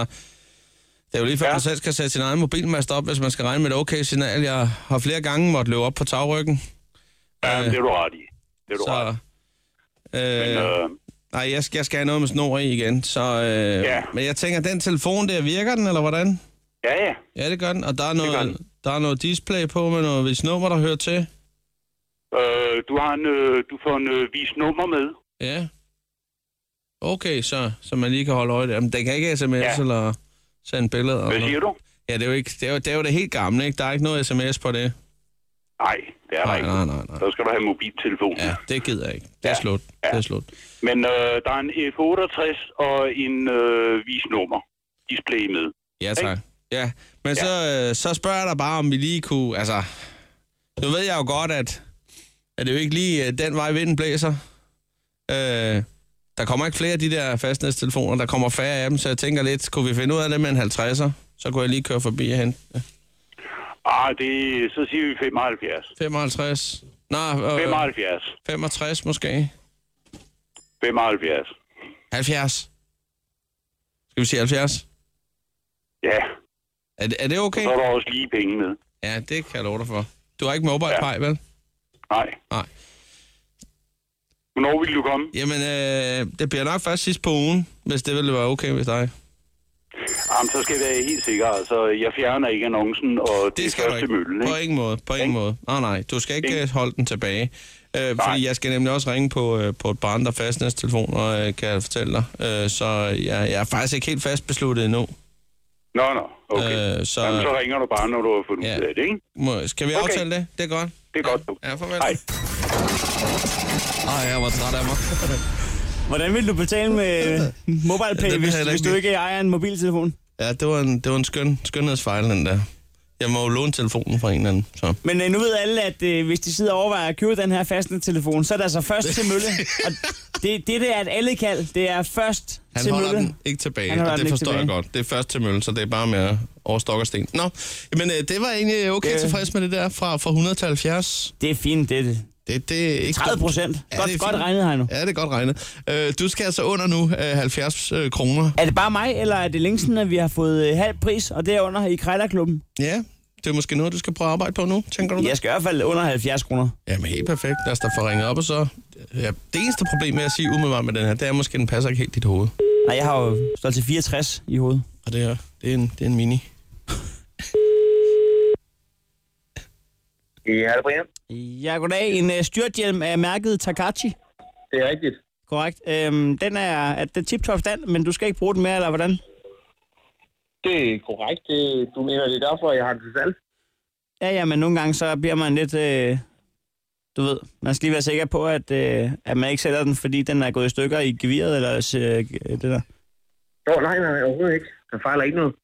Det er jo lige før, ja. Ja. man selv skal sætte sin egen mobilmast op, hvis man skal regne med et okay signal. Jeg har flere gange måtte løbe op på tagryggen. Øh, Ja, men det er du ret i. Det er du ret i. Så, Men, øh, øh, nej, jeg skal, jeg skal have noget med snor i igen. Så, øh, Ja. Men jeg tænker, den telefon der, virker den, eller hvordan? ja, ja. Ja, det gør den. Og der er gør noget, den. der er noget display på med noget, hvis nummer, der hører til. Øh, du, har en, øh, du får en øh, vis nummer med. Ja. Okay, så, så man lige kan holde øje der. Men den kan ikke sms ja. Ja. eller Send billeder. og Hvad noget. siger du? Ja, det er jo, ikke, det, er jo, det er jo det helt gamle, ikke? Der er ikke noget sms på det. Nej, det er der Nej, ikke. nej, nej, nej. Så skal du have mobiltelefon. Ja, det gider jeg ikke. Det er ja. slut. Det er slut. Men øh, der er en F68 og en øh, visnummer display med. Ja, tak. Ja, men ja. Så, øh, så spørger jeg dig bare, om vi lige kunne... Altså, nu ved jeg jo godt, at, at det er jo ikke lige øh, den vej, vinden blæser. Øh, der kommer ikke flere af de der fastnæstelefoner. Der kommer færre af dem, så jeg tænker lidt, kunne vi finde ud af det med en 50'er? Så kunne jeg lige køre forbi og hente det. Ah, det, så siger vi 75. 55. Nej, øh, 75. 65 måske. 75. 70. Skal vi sige 70? Ja. Er det, er det okay? Så er der også lige penge med. Ja, det kan jeg love dig for. Du har ikke mobile ja. pej, vel? Nej. Nej. Hvornår vil du komme? Jamen, øh, det bliver nok først sidst på ugen, hvis det ville være okay med dig. Jamen, så skal jeg være helt sikker. Altså, jeg fjerner ikke annoncen, og det, det er skal du første ikke. møllen, ikke? På ingen måde, på ingen måde. Nej, nej, du skal ikke øh, holde den tilbage. Øh, fordi jeg skal nemlig også ringe på, øh, på et barn, der fastnæst telefon, og øh, kan jeg fortælle dig. Øh, så jeg, jeg er faktisk ikke helt fast besluttet endnu. Nå, nå, okay. Øh, så- Jamen, så ringer du bare, når du har fundet ja. ud af det, ikke? Må, skal vi Okay. okay. aftale det? Det er godt. Det er godt, du. Ja, farvel. Hej. Ej, jeg var træt af mig. Hvordan vil du betale med øh, Ja, MobilePay, det vil hvis, jeg heller hvis ikke. du ikke ejer en mobiltelefon? Ja, det var en, det var en skøn, skønhedsfejl, den der. Jeg må jo låne telefonen fra en eller anden, så... Men øh, nu ved alle, at øh, hvis de sidder og overvejer at købe den her fastnettelefon, så er det altså først til mølle. Og det, det, der er et allekald, det er først Han til holder mølle. den ikke tilbage, Han holder og den det ikke forstår jeg tilbage. godt. Det er først til mølle, så det er bare med over stok og sten. Nå, men øh, det var egentlig okay Det- tilfreds med det der fra, fra 100 til 70. Det er fint, det er det. Det, det er ikke 30 procent. Ja, godt, det er godt fint. regnet, Heino. Ja, det er godt regnet. Øh, du skal altså under nu øh, 70 øh, kroner. Er det bare mig, eller er det længe siden, at vi har fået øh, halv pris, og derunder i Krejlerklubben? Ja, det er måske noget, du skal prøve at arbejde på nu, tænker du det? Jeg skal i hvert fald under 70 kroner. Jamen helt perfekt. Lad os da få ringet op, og så... Ja, det eneste problem med at sige umiddelbart med den her, det er måske, at den passer ikke helt i dit hoved. Nej, jeg har jo størrelse 64 i hovedet. Og det er, det er, en, det er en mini. Ja, det er Brian. Ja, goddag. En øh, styrthjelm af mærket Takachi. Det er rigtigt. Korrekt. Øhm, den er, at den tip-top stand, men du skal ikke bruge den mere, eller hvordan? Det er korrekt. Det, du mener, det er derfor, jeg har den til salg. Ja, ja, men nogle gange så bliver man lidt, øh, du ved, man skal lige være sikker på, at, øh, at man ikke sælger den, fordi den er gået i stykker i geviret, eller øh, det der. Nå, nej, nej, overhovedet ikke. Der fejler ikke noget.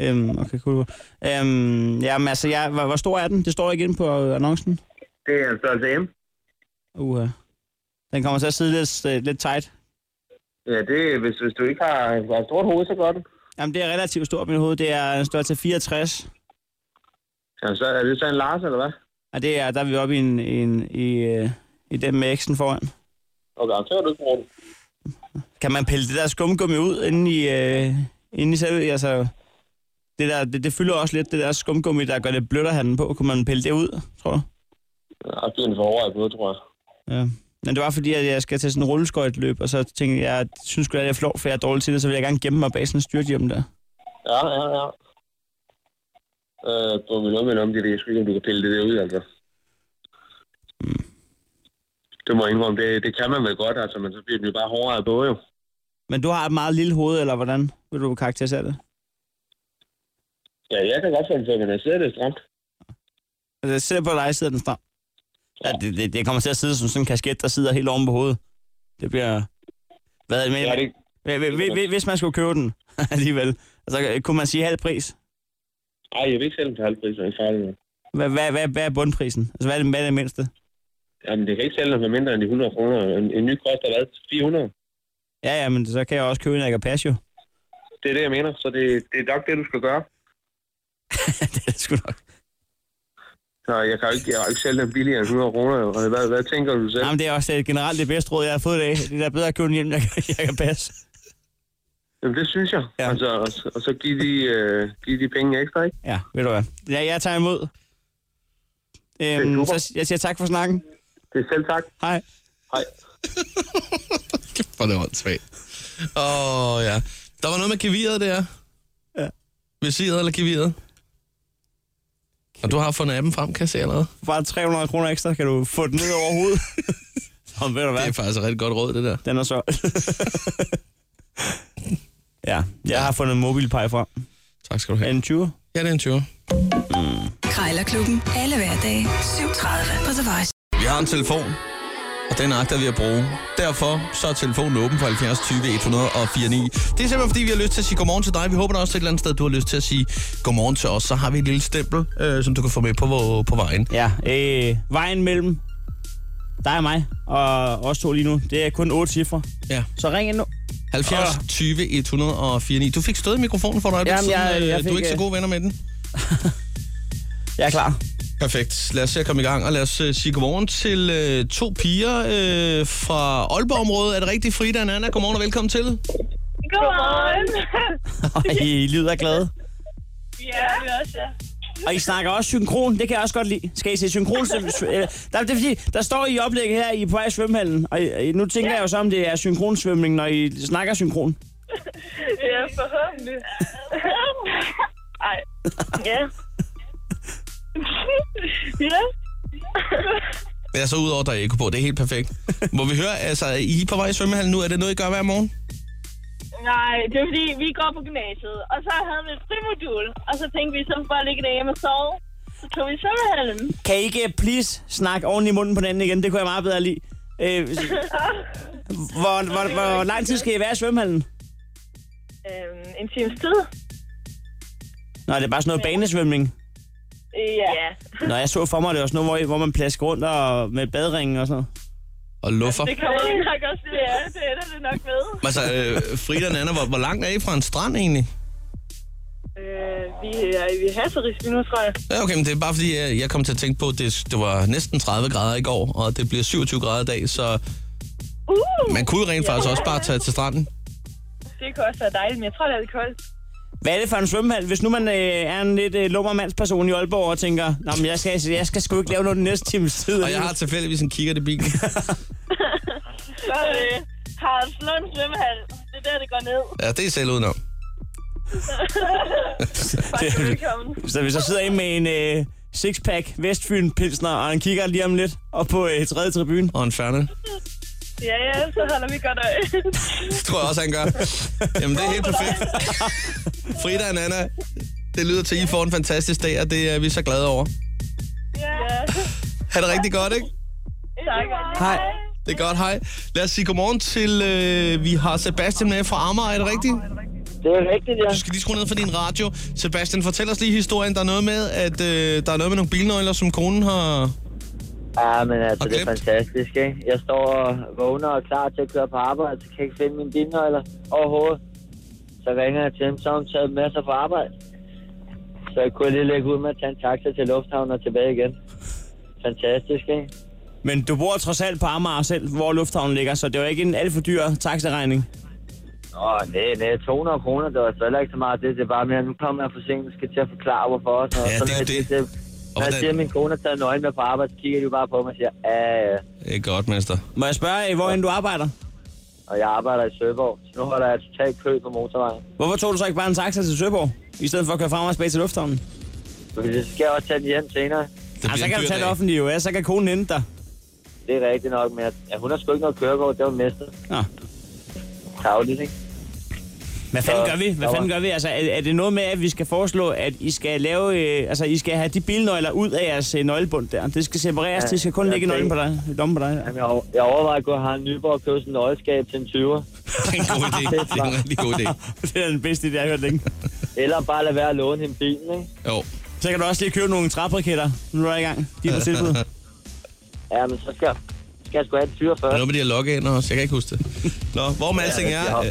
Øhm, okay, cool. Øhm, jamen altså, jeg, hvor, hvor stor er den? Det står ikke inde på øh, annoncen. Det er en størrelse M. Uha. Den kommer til at sidde lidt, øh, lidt tight. Ja, det, hvis, hvis du ikke har, har et stort hoved, så gør den. Jamen, det er relativt stor på mit hoved. Det er en størrelse 64. Ja, så er det så en Lars, eller hvad? Og det er, der er vi oppe i, en, en, i, øh, i den med X'en foran. Og garanterer du ikke bruger den. Kan man pille det der skumgummi ud inde i, øh, inde i selve, altså... Det, der, det, det, fylder også lidt, det der skumgummi, der gør lidt blødt at have den på. Kunne man pille det ud, tror du? Ja, det er en for overvej på, tror jeg. Ja. Men det var fordi, at jeg skal til sådan en rulleskøjtløb, og så tænkte jeg, jeg synes sgu, at jeg er flov, for jeg er dårlig til det, så vil jeg gerne gemme mig bag sådan en styrthjem der. Ja, ja, ja. Øh, på min lomme om det, det er sgu ikke, om du kan pille det der ud, altså. Det må jeg indrømme, det, det kan man vel godt, altså, men så bliver den jo bare hårdere på, jo. Men du har et meget lille hoved, eller hvordan vil du karakterisere det? Ja, jeg kan godt finde til, men jeg sidder det stramt. Altså, jeg ser på dig, sidder den stram. Ja, det, det, det, kommer til at sidde som sådan en kasket, der sidder helt oven på hovedet. Det bliver... Hvad er det med? Ja, det- Hvi- hvi- hvi- hvi- Hvis man skulle købe den alligevel, altså, kunne man sige halv pris? Ej, jeg vil ikke sælge den til halv pris, når jeg er fejl. Hvad, hvad, hvad, hvad er bundprisen? Altså, hvad er det, hvad er det mindste? Jamen, det kan ikke sælge den for mindre end de 100 kroner. En, en ny koster hvad? 400? Ja, ja, men så kan jeg også købe en Agapas jo. Det er det, jeg mener. Så det, det er nok det, du skal gøre. det er sgu nok. Så jeg kan jo ikke, jeg kan jo ikke sælge den billigere end 100 kroner. jo. Og Hvad, hvad tænker du selv? Jamen, det er også øh, generelt det bedste råd, jeg har fået i dag. Det er da bedre at købe en hjem, jeg, kan- jeg kan passe. Jamen, det synes jeg. Ja. Altså, og, så- og så give de, øh, give de penge ekstra, ikke? Ja, ved du hvad. Ja, jeg tager imod. Øhm, så jeg siger tak for snakken. Det er selv tak. Hej. Hej. Kæft, hvor er det åndssvagt. Åh, oh, ja. Der var noget med geviret der. Ja. Visiret eller geviret? Og du har fundet appen frem, kan jeg se allerede. Bare 300 kroner ekstra, kan du få den ned over hovedet. så ved du hvad. Det er faktisk et rigtig godt råd, det der. Den er så. Ja, jeg har fundet en mobilpej frem. Tak skal du have. En 20? Ja, det er en 20. Mm. Krejlerklubben. Alle hverdage 7.30 på The Voice. Vi har en telefon, og den agter vi at bruge. Derfor så er telefonen åben for 70 20 104 9. Det er simpelthen, fordi vi har lyst til at sige godmorgen til dig. Vi håber da også et eller andet sted, du har lyst til at sige godmorgen til os. Så har vi et lille stempel, øh, som du kan få med på, vor- på vejen. Ja, øh, vejen mellem dig og mig, og os to lige nu, det er kun otte cifre. Ja. Så ring ind nu. 70 20 104 9. Du fik stød i mikrofonen for dig. Jamen, jeg- jeg du er fik, ikke så øh, gode venner med den. jeg er klar. Perfekt. Lad os se at komme i gang, og lad os øh, sige godmorgen til øh, to piger øh, fra Aalborg-området. Er det rigtigt, Frida og Nana? Godmorgen og velkommen til. Godmorgen. Og I lyder glade. ja, det er også, ja. Og I snakker også synkron, det kan jeg også godt lide. Skal I se synkron? sv- øh, der, det er fordi, der står i oplægget her, I er på vej i svømmehallen. Og I, nu tænker jeg jo så, om det er synkronsvømning, når I snakker synkron. Ja, er forhåbentlig. Ej. Ja. ja. Ja, så udover, der er ikke på. Det er helt perfekt. Må vi høre, altså, er I på vej i svømmehallen nu? Er det noget, I gør hver morgen? Nej, det er fordi, vi går på gymnasiet, og så havde vi et frimodul, og så tænkte vi, så får vi bare ligge derhjemme og sove. Så tog vi svømmehallen. Kan I ikke øh, please snakke ordentligt i munden på hinanden igen? Det kunne jeg meget bedre lide. Øh, hvor, hvor, hvor, hvor lang tid skal I være i svømmehallen? øhm, en times tid. Nå, det er bare sådan noget banesvømning. Ja. ja. Nå, jeg så for mig, det var sådan noget, hvor, I- hvor man plasker rundt og, med badringen og sådan noget. Og luffer. Det kommer vi nok også til, ja. Det ender det nok med. Altså, øh, Frida og Nana, hvor, hvor langt er I fra en strand egentlig? Øh, vi er i Hasseris lige nu, tror jeg. Ja, okay, men det er bare fordi, jeg, jeg kom til at tænke på, at det, det var næsten 30 grader i går, og det bliver 27 grader i dag, så Uh! man kunne jo rent faktisk også bare tage til stranden. Det kunne også være dejligt, men jeg tror, det er lidt koldt. Hvad er det for en svømmehal? Hvis nu man øh, er en lidt øh, lummer mandsperson i Aalborg og tænker, Nå, men jeg skal, altså, jeg skal sgu ikke lave noget den næste times tid. Og jeg har tilfældigvis en kigger i bilen. Så øh, har jeg slået en svømmehal. Det er der, det går ned. Ja, det er selv udenom. Velkommen. så hvis jeg sidder inde med en øh, sixpack Vestfyn Pilsner og en kigger lige om lidt op på øh, tredje tribune. Og en færne. Ja, ja, så holder vi godt øje. Det tror jeg også, han gør. Jamen, det er helt perfekt. Frida og Nana, det lyder til, at I får en fantastisk dag, og det er vi så glade over. ja. ja. Ha' det rigtig godt, ikke? Tak. Hej. Det er godt, hej. Lad os sige godmorgen til, øh, vi har Sebastian med fra Amager, er det rigtigt? Det er rigtigt, ja. Du skal lige skrue ned for din radio. Sebastian, fortæl os lige historien. Der er noget med, at øh, der er noget med nogle bilnøgler, som konen har... Ja, men altså, det er fantastisk, ikke? Jeg står og vågner og er klar til at køre på arbejde, så kan jeg ikke finde mine bilnøgler overhovedet. Så ringer jeg til dem, så har hun taget dem med sig på arbejde. Så jeg kunne lige lægge ud med at tage en taxa til lufthavnen og tilbage igen. Fantastisk, ikke? Men du bor trods alt på Amager selv, hvor lufthavnen ligger, så det var ikke en alt for dyr taxaregning. Åh, nej, nej, 200 kroner, det var så heller ikke så meget det. Det er bare mere, nu kommer jeg for sent, nu skal jeg til at forklare, hvorfor. og Sådan, ja, det er det. det. Når jeg siger, at min kone har taget nøglen med på arbejde, så kigger de jo bare på mig og siger, ja, ja, ja. Det er godt, mester. Må jeg spørge, øh, hvorhen du arbejder? Og jeg arbejder i Søborg, så nu holder jeg totalt kø på motorvejen. Hvorfor tog du så ikke bare en taxa til Søborg, i stedet for at køre frem og tilbage til lufthavnen? Fordi så skal jeg også tage den hjem senere. Det altså, så kan du tage det offentlige jo, ja, så kan konen hente dig. Det er rigtigt nok, men jeg- ja, hun har sgu ikke noget kørekort, det var mestet. Nå. Tavligt, ikke? Hvad fanden gør vi? Hvad fanden gør vi? Altså, er, er det noget med, at vi skal foreslå, at I skal lave, øh, altså, I skal have de bilnøgler ud af jeres øh, nøglebund der? Det skal separeres, ja, Ja, det skal kun jeg ligge i nøglen på tænker- dig, i lommen på dig. Jamen, jeg, over- jeg overvejer at gå og have en Nyborg og købe sådan en nøgleskab til en 20'er. Det er en god idé. Det er en rigtig god idé. det er den bedste idé, jeg har hørt længe. Eller bare lade være at låne hende bilen, ikke? Jo. Så kan du også lige købe nogle træbriketter, nu er jeg i gang. De er på tilbud. Ja, men så skal, jeg- skal jeg sgu have en 20 først. Der er noget med de her logger også. Jeg kan ikke huske det. Nå, hvor med alting jeg er... har- øh,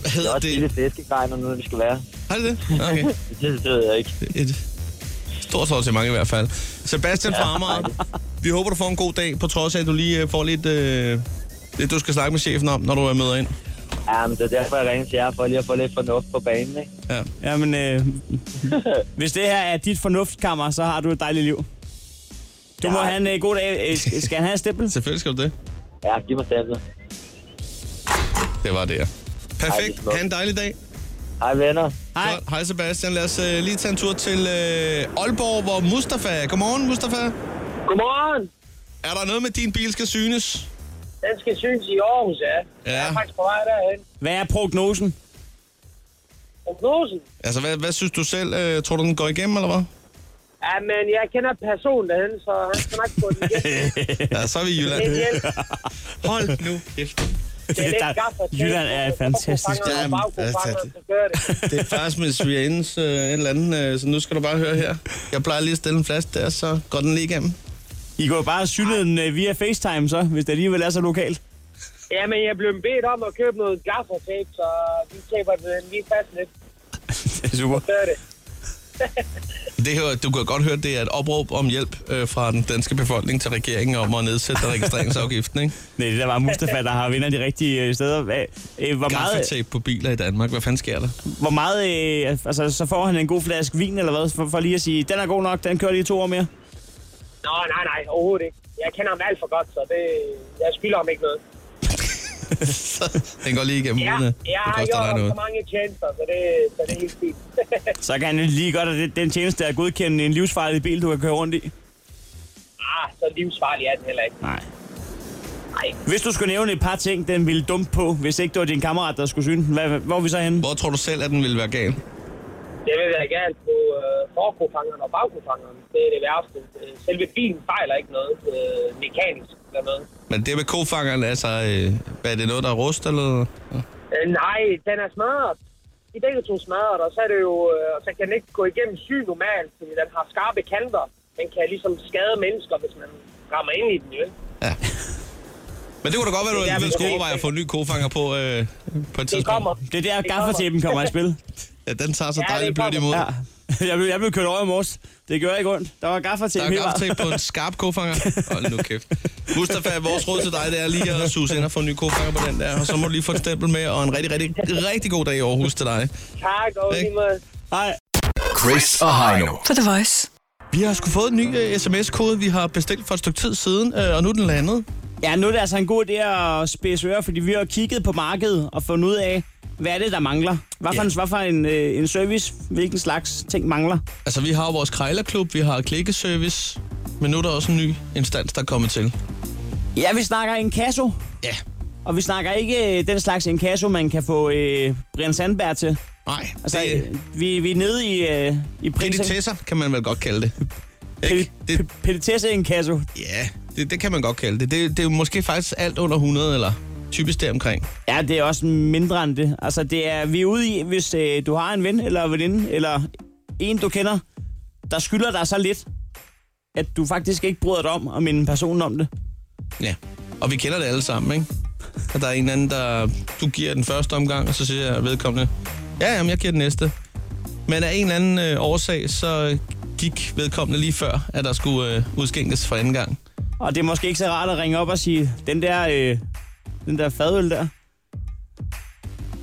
Hvad hedder det? Det er fiskegrejer, når det skal være. Har det det? Okay. det ved jeg ikke. Et stort sår til mange i hvert fald. Sebastian fra Amager, vi håber, du får en god dag, på trods af, at du lige øh, får lidt... Øh, det, du skal snakke med chefen om, når du er møder ind. Ja, men det er derfor, jeg ringer til jer, for lige at få lidt fornuft på banen, ikke? Ja. Jamen, øh, hvis det her er dit fornuftkammer, så har du et dejligt liv. Du må have en øh, god dag. Øh, skal han have et stempel? Selvfølgelig skal du det. Ja, giv mig stemplet. Det var det, ja. Perfekt. Ha' en dejlig dag. Hej venner. Hej. Godt. Hej Sebastian. Lad os øh, lige tage en tur til øh, Aalborg, hvor Mustafa er. Godmorgen, Mustafa. Godmorgen. Er der noget med, din bil skal synes? Den skal synes i Aarhus, ja. Ja. Jeg er faktisk på vej derhen. Hvad er prognosen? Prognosen? Altså, hvad, hvad synes du selv? Øh, tror du, den går igennem, eller hvad? Ja, men jeg kender personen derhen, så han skal nok få den igen. ja, så er vi i Jylland. Det er hjælp. Hold nu kæft. Det er lidt gaffet. Jylland er fantastisk. Ja, Jamen, altså, så gør det. Det er faktisk med Svianes øh, et eller andet, øh, så nu skal du bare høre her. Jeg plejer lige at stille en flaske der, så går den lige igennem. I går bare synet den øh, via FaceTime så, hvis det alligevel er så lokalt. Ja, men jeg blev bedt om at købe noget gaffertape, så vi taber den lige fast lidt. Det er super. Så gør det. Det her, du kan godt høre, det er et opråb om hjælp øh, fra den danske befolkning til regeringen om at nedsætte registreringsafgiften, ikke? Nej, det der var Mustafa, der har vinder de rigtige øh, steder. Hvad- øh, Hvor meget, Gaffatape på biler i Danmark, hvad fanden sker der? hvor meget øh, altså, så får han en god flaske vin eller hvad, for, for lige at sige, den er god nok, den kører lige to år mere. Nå, nej, nej, overhovedet ikke. Jeg kender ham alt for godt, så det, jeg skylder ham ikke noget. Den går lige igennem Ja, uden at jeg det har koster gjort dig ham noget. så mange tjenester, så det, så det er helt fint. Så kan han lige godt, at det- den tjeneste er at godkende en livsfarlig bil, du kan køre rundt i. ah, så livsfarlig er den heller ikke. Nej. Nej. Hvis du skulle nævne et par ting, den ville dumpe på, hvis ikke det var din kammerat, der skulle syne den, hvad, hvor er vi så henne? Hvor tror du selv, at den ville være gal? Det vil være galt på øh, forkofangeren og bagkofangeren. Det er det værste. Øh, Selve bilen fejler ikke noget øh, mekanisk eller noget. Men det med kofangeren, altså, øh, hvad er det noget, der er rust, eller? Øh, nej, den er smadret. I begge to smadret, og så er det jo, øh, så kan den ikke gå igennem sy normalt, fordi den har skarpe kanter. Den kan ligesom skade mennesker, hvis man rammer ind i den, jo. ikke? Men det kunne da godt være, du Det er alligevel der, skulle vi- overveje at få en ny kofanger på, øh, på et tidspunkt. kommer. Det er der, Det kommer. gaffertæppen kommer i spil. Ja, den tager så Ja, det dejligt kommer. blødt imod. Ja. Jeg blev, jeg blev kørt over i morges. Det gjorde ikke ondt. Der var Der gaffertæppe er hele vejen. gaffetape på en skarp kofanger. Hold nu kæft. Mustafa, vores råd til dig, det er lige at suse ind og få en ny kofanger på den der, og så må du lige få et stempel med, og en rigtig, rigtig, rigtig god dag i Aarhus til dig. Tak, og lige måde. Hej. Chris og Heino. På The Voice. Vi har sgu fået en ny øh, sms-kode, vi har bestilt for et stykke tid siden, øh, og nu er den landet. Ja, nu er det altså en god idé at spidse ører, fordi vi har kigget på markedet og fundet ud af, hvad er det, der mangler? Hvad for, en, hvad for en, øh, en service, hvilken slags ting mangler? Altså, vi har jo vores krejlerklub, vi har klikkeservice, men nu er der også en ny instans, der er kommet til. Ja, vi snakker en kasso. Ja. Og vi snakker ikke øh, den slags en kasso, man kan få øh, Brian Sandberg til. Nej, Altså, det- øh, vi, vi er nede i, øh, i priser. Petitesser, kan man vel godt kalde det. Ikke? det Petitesse en kasso. ja, det, det kan man godt kalde det. det. Det er jo måske faktisk alt under 100, eller typisk deromkring. Ja, det er også mindre end det. Altså, det er, vi er ude i, hvis øh, du har en ven eller veninde, eller en, du kender, der skylder dig så lidt, at du faktisk ikke bryder dig om at minde personen om det. Ja, og vi kender det alle sammen, ikke? At der er en eller anden, der... Du giver den første omgang, og så siger jeg vedkommende, ja, jamen, jeg giver den næste. Men af en eller anden øh, årsag, så øh, gik vedkommende lige før, at der skulle øh, udskænkes for anden gang. Og det er måske ikke så rart at ringe op og sige, den der, øh, den der fadøl der,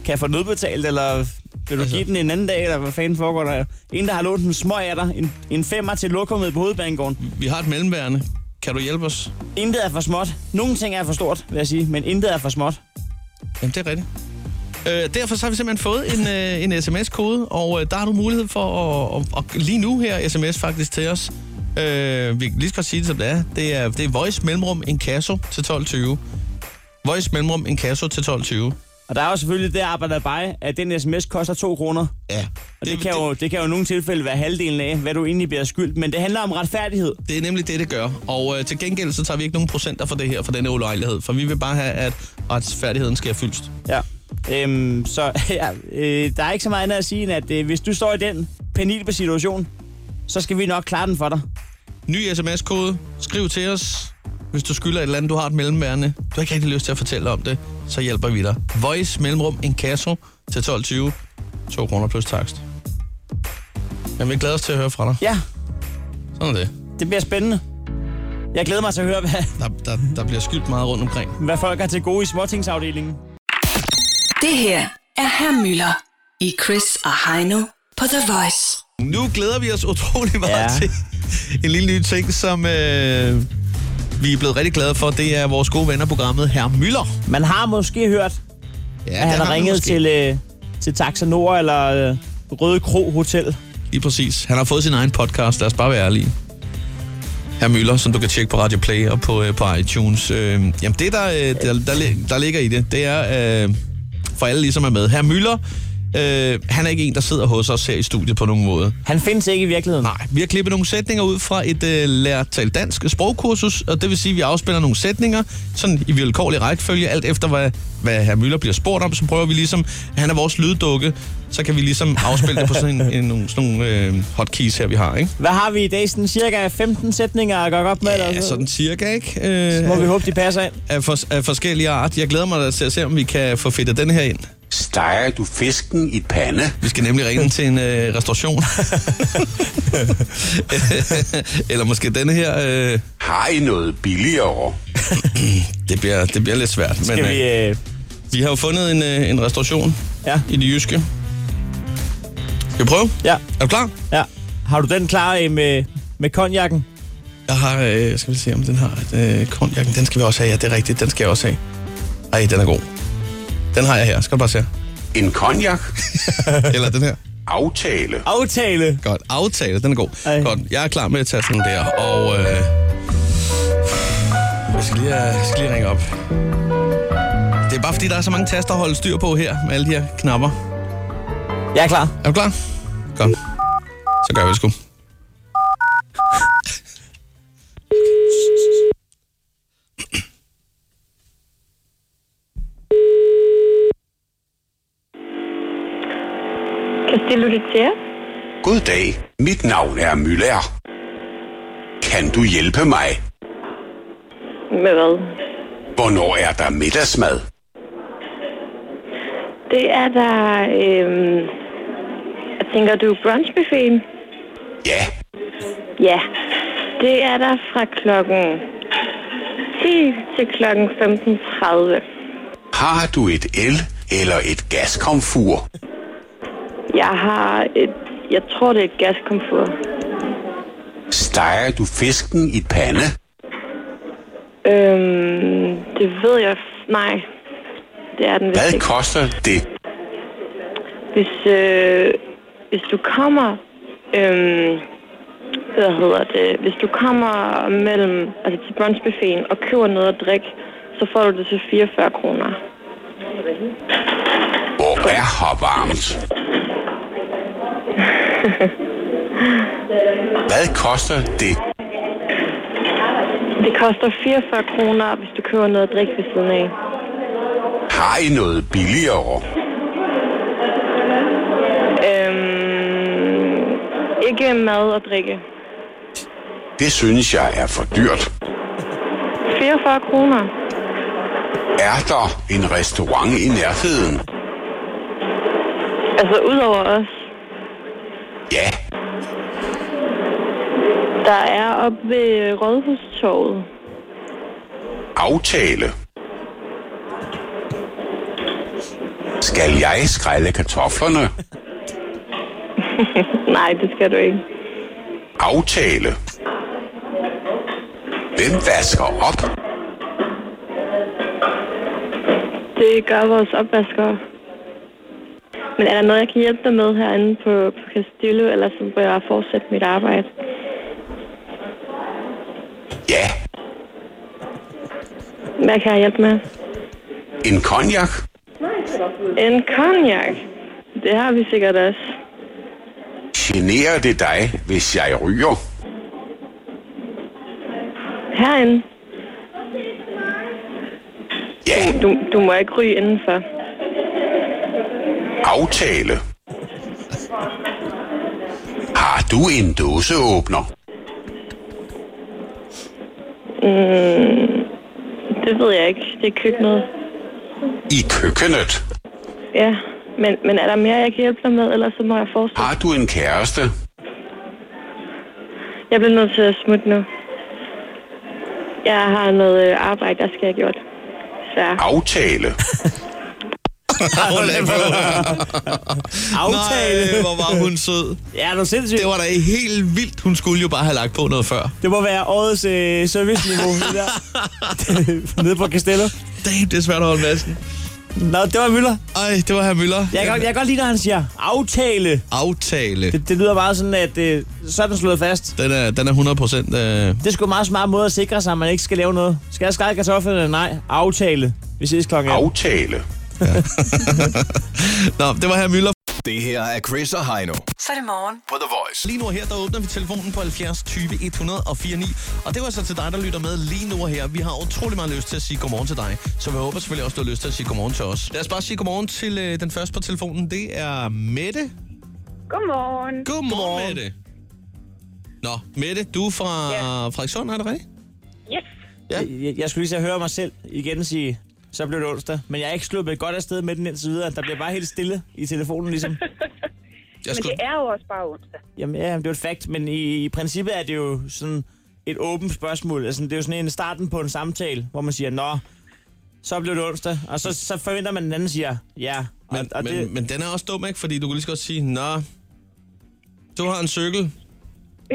kan jeg få den udbetalt, eller vil du altså. give den en anden dag, eller hvad fanden foregår der? En, der har lånt en smøg af dig, en, en femmer til lokummet på hovedbanegården. Vi har et mellemværende. Kan du hjælpe os? Intet er for småt. Nogle ting er for stort, vil jeg sige, men intet er for småt. Jamen, det er rigtigt. Øh, derfor så har vi simpelthen fået en, øh, en sms-kode, og øh, der har du mulighed for at, at, at lige nu her sms faktisk til os. Øh, vi kan lige skal sige det, som det er. Det er, det er voice mellemrum en kasso til 12.20. Voice mellemrum en kasso til 12.20. Og der er jo selvfølgelig det arbejde bare, at den sms koster 2 kroner. Ja. Og det, det, kan jo, det kan jo i nogle tilfælde være halvdelen af, hvad du egentlig bliver skyldt. Men det handler om retfærdighed. Det er nemlig det, det gør. Og øh, til gengæld så tager vi ikke nogen procenter for det her, for denne ulejlighed. For vi vil bare have, at retsfærdigheden sker fyldst. Ja. Øhm, så ja, øh, der er ikke så meget andet at sige, end at øh, hvis du står i den penible situation, så skal vi nok klare den for dig. Ny sms-kode. Skriv til os, hvis du skylder et eller andet, du har et mellemværende. Du har ikke rigtig lyst til at fortælle om det, så hjælper vi dig. Voice mellemrum en kasso til 12.20. 2 kroner plus takst. Men vi glæder os til at høre fra dig. Ja, Sådan er det. det bliver spændende. Jeg glæder mig til at høre, hvad, Der, der, der bliver skyldt meget rundt omkring. hvad folk har til gode i småtingsafdelingen. Det her er Herr Møller i Chris og Heino på The Voice. Nu glæder vi os utrolig meget Ja. ja. til en lille ny ting, som øh, vi er blevet rigtig glade for. Det er vores gode venner programmet Herr Møller. Man har måske hørt, Ja, at han har ringet til, øh, til Taxa Nord eller øh, Røde Kro Hotel. Lige præcis. Han har fået sin egen podcast, lad os bare være ærlige. Herr Møller, som du kan tjekke på Radio Play og på, øh, på iTunes. Øh, jamen det, der, øh, der, der, lig- der ligger i det, det er øh, for alle, ligesom er med. Herr Møller Øh, han er ikke en, der sidder hos os her i studiet på nogen måde. Han findes ikke i virkeligheden. Nej, vi har klippet nogle sætninger ud fra et øh, lærtal dansk sprogkursus, og det vil sige, at vi afspænder nogle sætninger, sådan i vilkårlig rækkefølge, alt efter hvad, hvad herr Møller bliver spurgt om, så prøver vi ligesom, han er vores lyddukke, så kan vi ligesom afspille det på sådan, en, en, nogle, sådan nogle øh, hotkeys her, vi har, ikke? Hvad har vi i dag? Sådan cirka 15 sætninger at gøre op med? Ja, eller sådan cirka, ikke? Øh, må vi håbe, de passer ind. Af, for, af forskellige art. Jeg glæder mig da til at se, om vi kan få fedtet den her ind. Steger du fisken i pande? Vi skal nemlig ringe til en øh, restauration. Eller måske denne her... Øh... Har I noget billigere? det, bliver, det bliver lidt svært. Skal men, vi... Øh... Vi har jo fundet en, øh, en restauration ja. i det jyske. Skal vi prøve? Ja. Er du klar? Ja. Har du den klar øh, med, med konjakken? Jeg har... Øh, skal vi se, om den har... Øh, konjakken, den skal vi også have. Ja, det er rigtigt. Den skal jeg også have. Ej, den er god. Den har jeg her. Skal du bare se. En konjak? Eller den her. Aftale. Aftale. Godt, aftale. Den er god. Ej. Godt, jeg er klar med at tage sådan der. Og øh, jeg, skal lige, øh, jeg skal lige ringe op. Det er bare fordi, der er så mange taster at holde styr på her, med alle de her knapper. Jeg er klar. Er du klar? Godt. Så gør vi det sgu. stiller du til? Goddag, mit navn er Møller. Kan du hjælpe mig? Med hvad? Hvornår er der middagsmad? Det er der, øhm, tænker du brunchbuffeten? Ja. Ja, det er der fra klokken 10 til klokken 15.30. Har du et el- eller et gaskomfur? Jeg har et... Jeg tror, det er et gaskomfur. Steger du fisken i pande? Øhm, det ved jeg... Nej. Det er den vist Hvad ikke. koster det? Hvis, øh, hvis du kommer... Øhm, hvad hedder det? Hvis du kommer mellem, altså til brunchbuffeten og køber noget at drikke, så får du det til 44 kroner. Hvor er her varmt? Hvad koster det? Det koster 44 kroner, hvis du køber noget at drikke ved siden af. Har I noget billigere? Øhm, ikke mad og drikke. Det synes jeg er for dyrt. 44 kroner. Er der en restaurant i nærheden? Altså, udover os, Ja, der er oppe ved Rådhustorvet. aftale. Skal jeg skrælle kartoflerne? Nej, det skal du ikke. Aftale. Hvem vasker op? Det gør vores opvaskere. Men er der noget, jeg kan hjælpe dig med herinde på, på Castillo, eller så må jeg fortsætte mit arbejde? Ja, Hvad kan jeg hjælpe med? en konjak. En konjak. Det har vi sikkert også. Generer det dig, hvis jeg ryger? Herinde. Ja. Du, du må ikke ryge indenfor. Aftale. Har du en dåseåbner? Mm, det ved jeg ikke. Det er køkkenet. I køkkenet. Ja, men, men er der mere, jeg kan hjælpe dig med, ellers så må jeg fortsætte. Har du en kæreste? Jeg bliver nødt til at smutte nu. Jeg har noget øh, arbejde, jeg skal have gjort. Så Aftale. Aftale. Nej, hvor var hun sød. Ja, du er sindssygt. Det var da helt vildt. Hun skulle jo bare have lagt på noget før. Det må være årets øh, serviceniveau, det der. Nede på Castello. Damn, det er svært at holde masken. Nå, det var Møller. Ej, det var herr Møller. Jeg kan, godt- jeg kan godt lide, når han siger aftale. Aftale. Det, det lyder bare sådan, at øh, så er den slået fast. Altså, Den er, den er 100 procent... Øh... Det er sgu en meget smart måde at sikre sig, at man ikke skal lave noget. Skal jeg skrælle kartoflerne? Nej. Aftale. Vi ses klokken 18. Aftale. Nå, det var herr Møller. Det her er Chris og Heino. Så er det morgen. På The Voice. Lige nu og her, der åbner vi telefonen på 70 20 104 9. Og det var så til dig, der lytter med lige nu og her. Vi har utrolig meget lyst til at sige godmorgen til dig. Så vi håber selvfølgelig også, du har lyst til at sige godmorgen til os. Lad os bare sige godmorgen til øh, den første på telefonen. Det er Mette. Godmorgen. Godmorgen, godmorgen. Mette. Nå, Mette, du er fra ja. Frederikshund, er det rigtigt? Yes. Ja. Jeg, jeg skulle lige så høre mig selv igen sige, så blev det onsdag. Men jeg er ikke sluppet godt afsted med den indtil videre. Der bliver bare helt stille i telefonen, ligesom. Jeg skulle... Men det er jo også bare onsdag. Jamen ja, det er jo et fakt, men i, i princippet er det jo sådan et åbent spørgsmål. Altså, det er jo sådan en starten på en samtale, hvor man siger, nå, så blev det onsdag. Og så, så forventer man, at den anden siger, ja. Og, Men, og men, det... men den er også dum, ikke? Fordi du kunne lige så godt sige, nå, du har en cykel.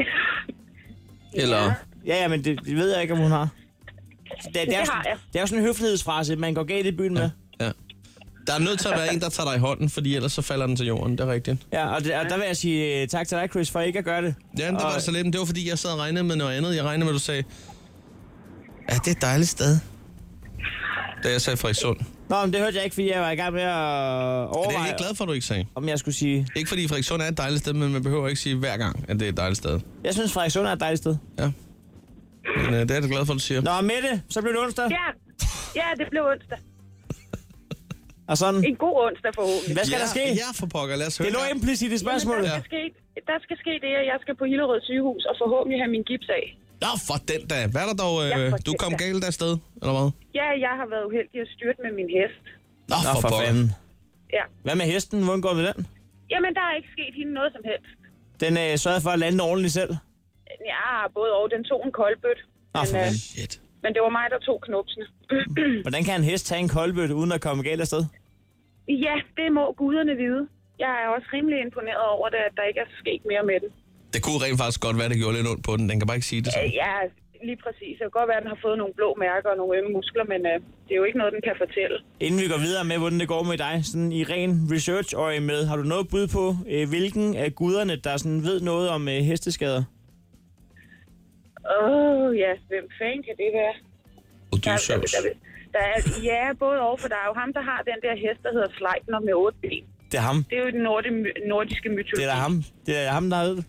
Eller... Ja, ja, men det, det ved jeg ikke, om hun har. Det, det, er, jo Det har sådan- jeg. det er jo sådan en høflighedsfrase, man går galt i byen ja. med. Ja. Der er nødt til at være en, der tager dig i hånden, fordi ellers så falder den til jorden, det er rigtigt. Ja, og, det, og der vil jeg sige øh, tak til dig, Chris, for ikke at gøre det. Ja, men det og, var så lidt, men det var fordi, jeg sad og regnede med noget andet. Jeg regnede med, at du sagde, ja, det er et dejligt sted. Da jeg sagde Frederikssund. Nå, men det hørte jeg ikke, fordi jeg var i gang med at overveje... Det er jeg helt glad for, at du ikke sagde. Om jeg skulle sige... Ikke fordi Frederikssund er et dejligt sted, men man behøver ikke sige hver gang, at det er et dejligt sted. Jeg synes, Frederikssund er et dejligt sted. Men øh, det er jeg da glad for, at du siger. Nå, og Mette, så blev det onsdag. Ja. ja, det blev onsdag. Og sådan... En god onsdag forhåbentlig. Hvad skal ja, der ske? Ja, for pokker, lad os høre. Det lå gang. implicit i spørgsmålet. Jamen, der, skal ske, der skal ske det, at jeg skal på Hillerød sygehus og forhåbentlig have min gips af. Nå, for den da. Hvad er der dog? Ja, Øh, for du den kom da. galt afsted, eller hvad? Ja, jeg har været uheldig at styrte med min hest. Nå, Nå, for pokker. fanden. Ja. Hvad med hesten? Hvordan går det med den? Jamen, der er ikke sket hende noget som helst. Den øh, sørgede for at lande ordentligt selv. Ja, både og. Den tog en koldbødt. Nå, for Men, øh, fanden. Shit. men det var mig, der tog knopsene. Hvordan kan en hest tage en koldbøtte uden at komme galt afsted? ja, det må guderne vide. Jeg er også rimelig imponeret over det, at der ikke er sket mere med den. Det kunne rent faktisk godt være, det gjorde lidt ondt på den. Den kan bare ikke sige det sådan. Øh, Ja, lige præcis. Det kan godt være, at den har fået nogle blå mærker og nogle ømme muskler, men øh, det er jo ikke noget, den kan fortælle. Inden vi går videre med, hvordan det går med dig, sådan i ren research og med, har du noget bud på, øh, hvilken af guderne, der sådan ved noget om øh, hesteskader? Åh, oh, ja, hvem fanden kan det være? Odysseus. Der, der, der er, ja, både over, for der er jo ham, der har den der hest, der hedder Sleipner med otte ben. Det er ham. Det er jo den nordi, nordiske mytologi. Det er da ham. Det er ham, der ved det.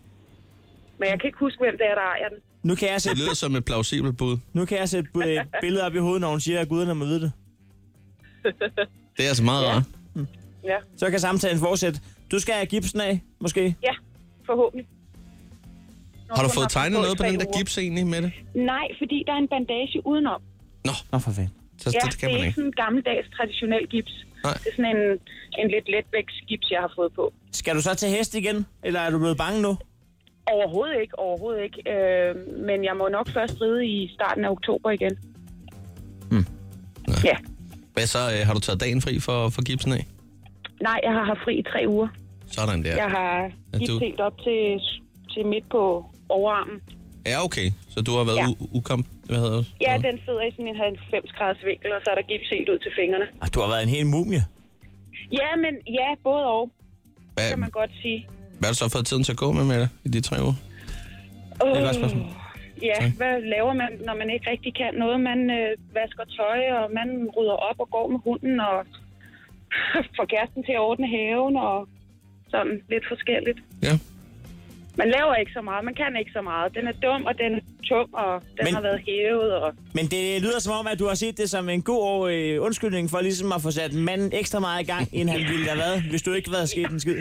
Men jeg kan ikke huske, hvem det er, der ejer den. Nu kan jeg Det sætte, lyder som et plausibelt bud. nu kan jeg sætte øh, et billede op i hovedet, når hun siger, at guderne må vide det. Det er altså meget rart. Ja, Så kan samtalen fortsætte. Du skal have gipsen af, måske? ja forhåbentlig. Når Har du hun fået tegnet fået noget på tre den der uger. gips egentlig med det? Nej, fordi der er en bandage udenom. Nå. Nå, for fanden. Så ja, det kan det er man ikke ikke. sådan en gammeldags traditionel gips. Nej. Det er sådan en, en lidt letvægtsgips, jeg har fået på. Skal du så til hest igen, eller er du blevet bange nu? Overhovedet ikke, overhovedet ikke. Øh, men jeg må nok først ride i starten af oktober igen. Hmm. Ja. Hvad så? Øh, har du taget dagen fri for, for gipsen af? Nej, jeg har haft fri i tre uger. Sådan der. Ja. Jeg har Ja, gips du- helt op til, til midt på overarmen. Ja, okay. Så du har været Ja. ja. ukamp... Hvad hedder det? Ja, den sidder i sådan en 90 graders vinkel, og så er der gips helt ud til fingrene. Ah, Du har været en hel mumie. Ja, men ja, både og, Hvad, kan man godt sige. hvad har du så fået tiden til at gå med, med i de tre uger? Oh, Det er et godt spørgsmål. Ja, Tak. hvad laver man, når man ikke rigtig kan noget? Man øh, vasker tøj, og man rydder op og går med hunden, og får kæresten til at ordne haven, og sådan lidt forskelligt. Ja. Man laver ikke så meget, man kan ikke så meget. Den er dum, og den er tung, og den Men- men... har været hævet, og Men det lyder som om, at du har set det som en god øh, undskyldning for ligesom at få sat manden ekstra meget i gang, end han ville have været, hvis du ikke havde sket en skid.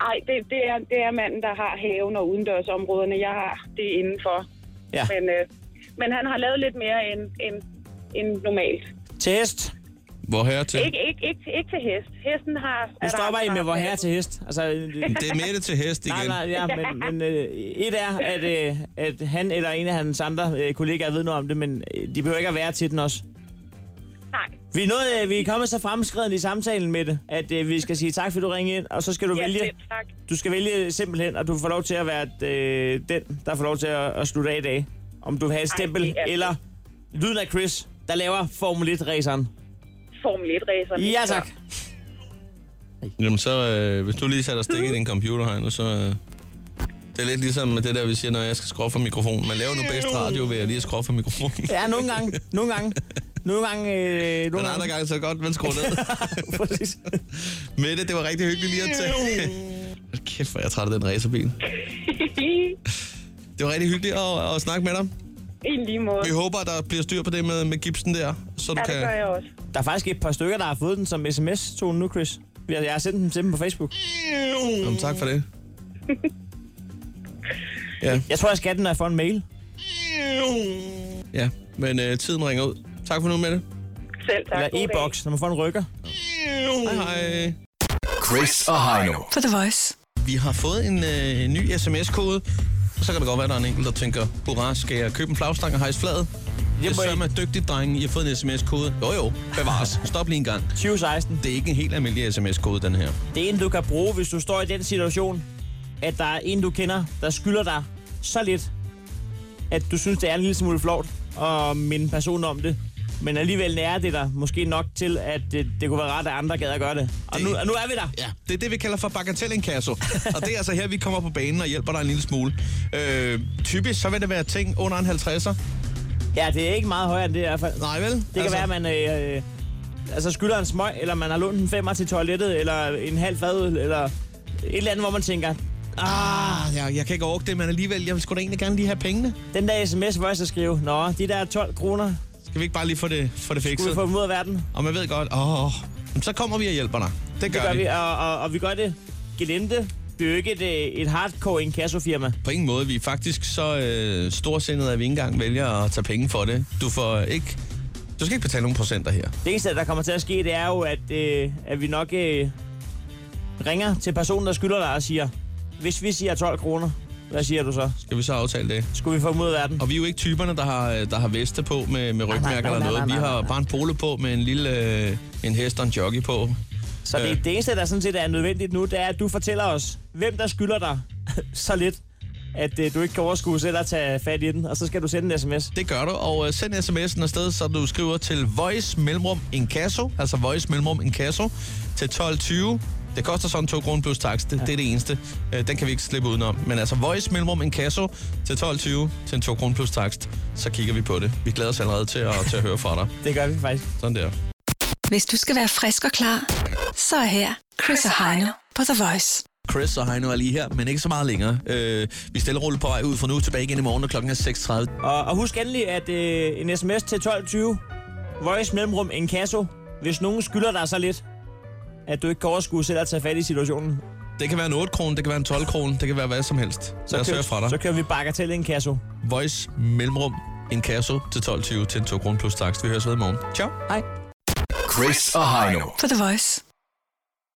Ej, det, det, er, det er manden, der har haven og udendørsområderne. Jeg har det indenfor. Ja. Men, øh, men han har lavet lidt mere end, end, end normalt. Til hest. Hvor her til? Ikke, ikke, ikke, ikke til hest. Hesten har... Nu er stopper der- I med vor herre til hest. Altså, øh, Det er Mette til hest igen. nej, nej, ja, men, men øh, et er, at, øh, at han eller en af hans andre øh, kollegaer ved noget om det, men øh, de behøver ikke at være til den også. Nej. Vi er, nået, øh, vi er kommet så fremskreden i samtalen med det, at øh, vi skal sige tak, fordi du ringede ind, og så skal du Ja, vælge. selv tak. Du skal vælge simpelthen, og du får lov til at være øh, den, der får lov til at, at slutte af i dag. Om du vil have et stempel, det er eller lyden af Chris, der laver Formel 1-raceren. Formel 1 racerne Ja tak. Jamen så, øh, hvis du lige sætter stik i din computer her nu, så... Øh, det er lidt ligesom med det der, vi siger, når jeg skal skrue for mikrofonen. Man laver nu bedst radio ved at lige skrue for mikrofonen. Ja, nogle gange. Nogle gange. Nogle gange... Øh, nogle Men andre gange så godt, man skruer ned. Præcis. Mette, det var rigtig hyggeligt lige at tage. Hold Kæft, hvor er jeg træt af den racerbil. Det var rigtig hyggeligt at, at snakke med dig. I lige måde. Vi håber, at der bliver styr på det med, med gipsen der. Så du ja, kan... det gør jeg også. Der er faktisk et par stykker, der har fået den som sms til nu, Chris. Jeg jeg har sendt dem til dem på Facebook. Jamen, tak for det. Ja, Jeg tror, jeg skal have den, når jeg får en mail. ja. men øh, tiden ringer ud. Tak for nu, Mette. Selv tak. Eller e-boks, når man får en rykker. Hej, hej. Chris og Heino. På The Voice. Vi har fået en øh, ny sms-kode, og så kan det godt være, at der er en enkelt, der tænker, hurra, skal jeg købe en flagstang og hejse flaget? Jeg er med dygtig, drenge. I har fået en sms-kode. Jo, jo, bevares. Stop lige en gang. 2016. Det er ikke en helt almindelig sms-kode, den her. Det er en, du kan bruge, hvis du står i den situation, at der er en, du kender, der skylder dig så lidt, at du synes, det er en lille smule flot at minde personen om det. Men alligevel nærer det dig måske nok til, at det, det kunne være rart, at andre gad at gøre det. Og nu, og nu er vi der. Ja, det er det, vi kalder for bagatellinkasso. og det er altså her, vi kommer på banen og hjælper dig en lille smule. Øh, typisk så vil det være ting under en 50'er. Ja, det er ikke meget højere end det i hvert fald. Nej vel? Det kan Altså- altså... være, at man øh, øh, altså skylder en smøg, eller man har lånt en femmer til toilettet, eller en halv fadøl, eller et eller andet, hvor man tænker, Ah, jeg, jeg kan ikke orke det, men alligevel, jeg vil sgu da egentlig gerne lige have pengene. den der sms, hvor jeg skal skrive, nå, de der 12 kroner, Skal vi ikke bare lige få det, få det skulle fikset? vi få dem ud af verden? Og man ved godt, åh, oh, så kommer vi og hjælper dig. Det gør, det gør vi. vi. Og, og, og vi gør det gelente. Det er jo ikke et, et hardcore inkassofirma. På ingen måde. Vi er faktisk så øh, storsindede, at vi ikke engang vælger at tage penge for det. Du får ikke... Du skal ikke betale nogen procenter her. Det eneste, der kommer til at ske, det er jo, at, øh, at vi nok øh, ringer til personen, der skylder dig og siger, hvis vi siger 12 kroner, hvad siger du så? Skal vi så aftale det? Skulle vi få dem ud af verden? Og vi er jo ikke typerne, der har, øh, der har veste på med, med rygmærker nej, nej, eller noget. nej, nej, vi har nej, nej. bare en polo på med en lille... Øh, en hest og en jockey på. Så det, det eneste, der sådan set er nødvendigt nu, det er, at du fortæller os, hvem der skylder dig så lidt, at øh, du ikke kan overskue selv at tage fat i den, og så skal du sende en sms. Det gør du, og øh, send sms'en afsted, så du skriver til Voice Mellemrum Inkasso, altså Voice Mellemrum Inkasso, til 12.20. Det koster sådan 2 kroner plus tax, det, ja. det er det eneste. Øh, den kan vi ikke slippe udenom. Men altså Voice Mellemrum Inkasso til 12.20 til en 2 kroner plus tax, så kigger vi på det. Vi glæder os allerede til at, til at høre fra dig. Det gør vi faktisk. Sådan der. Hvis du skal være frisk og klar, så er her Chris og Heino på The Voice. Chris og Heino er lige her, men ikke så meget længere. Øh, vi er stille og roligt på vej ud fra nu, tilbage igen i morgen, og klokken er 6.30. Og, og husk endelig, at øh, en sms til 12.20, voice mellemrum en kasso, hvis nogen skylder dig så lidt, at du ikke kan overskue selv at tage fat i situationen. Det kan være en 8 kroner, det kan være en 12 kroner, det kan være hvad som helst. Så Lad os høre fra dig. så kører vi bakker til en kasso. Voice Mellemrum Inkasso til 12.20 til en 2 kroner plus takst. Vi høres ved i morgen. Ciao. Hej. Chris og Heino. På The Voice.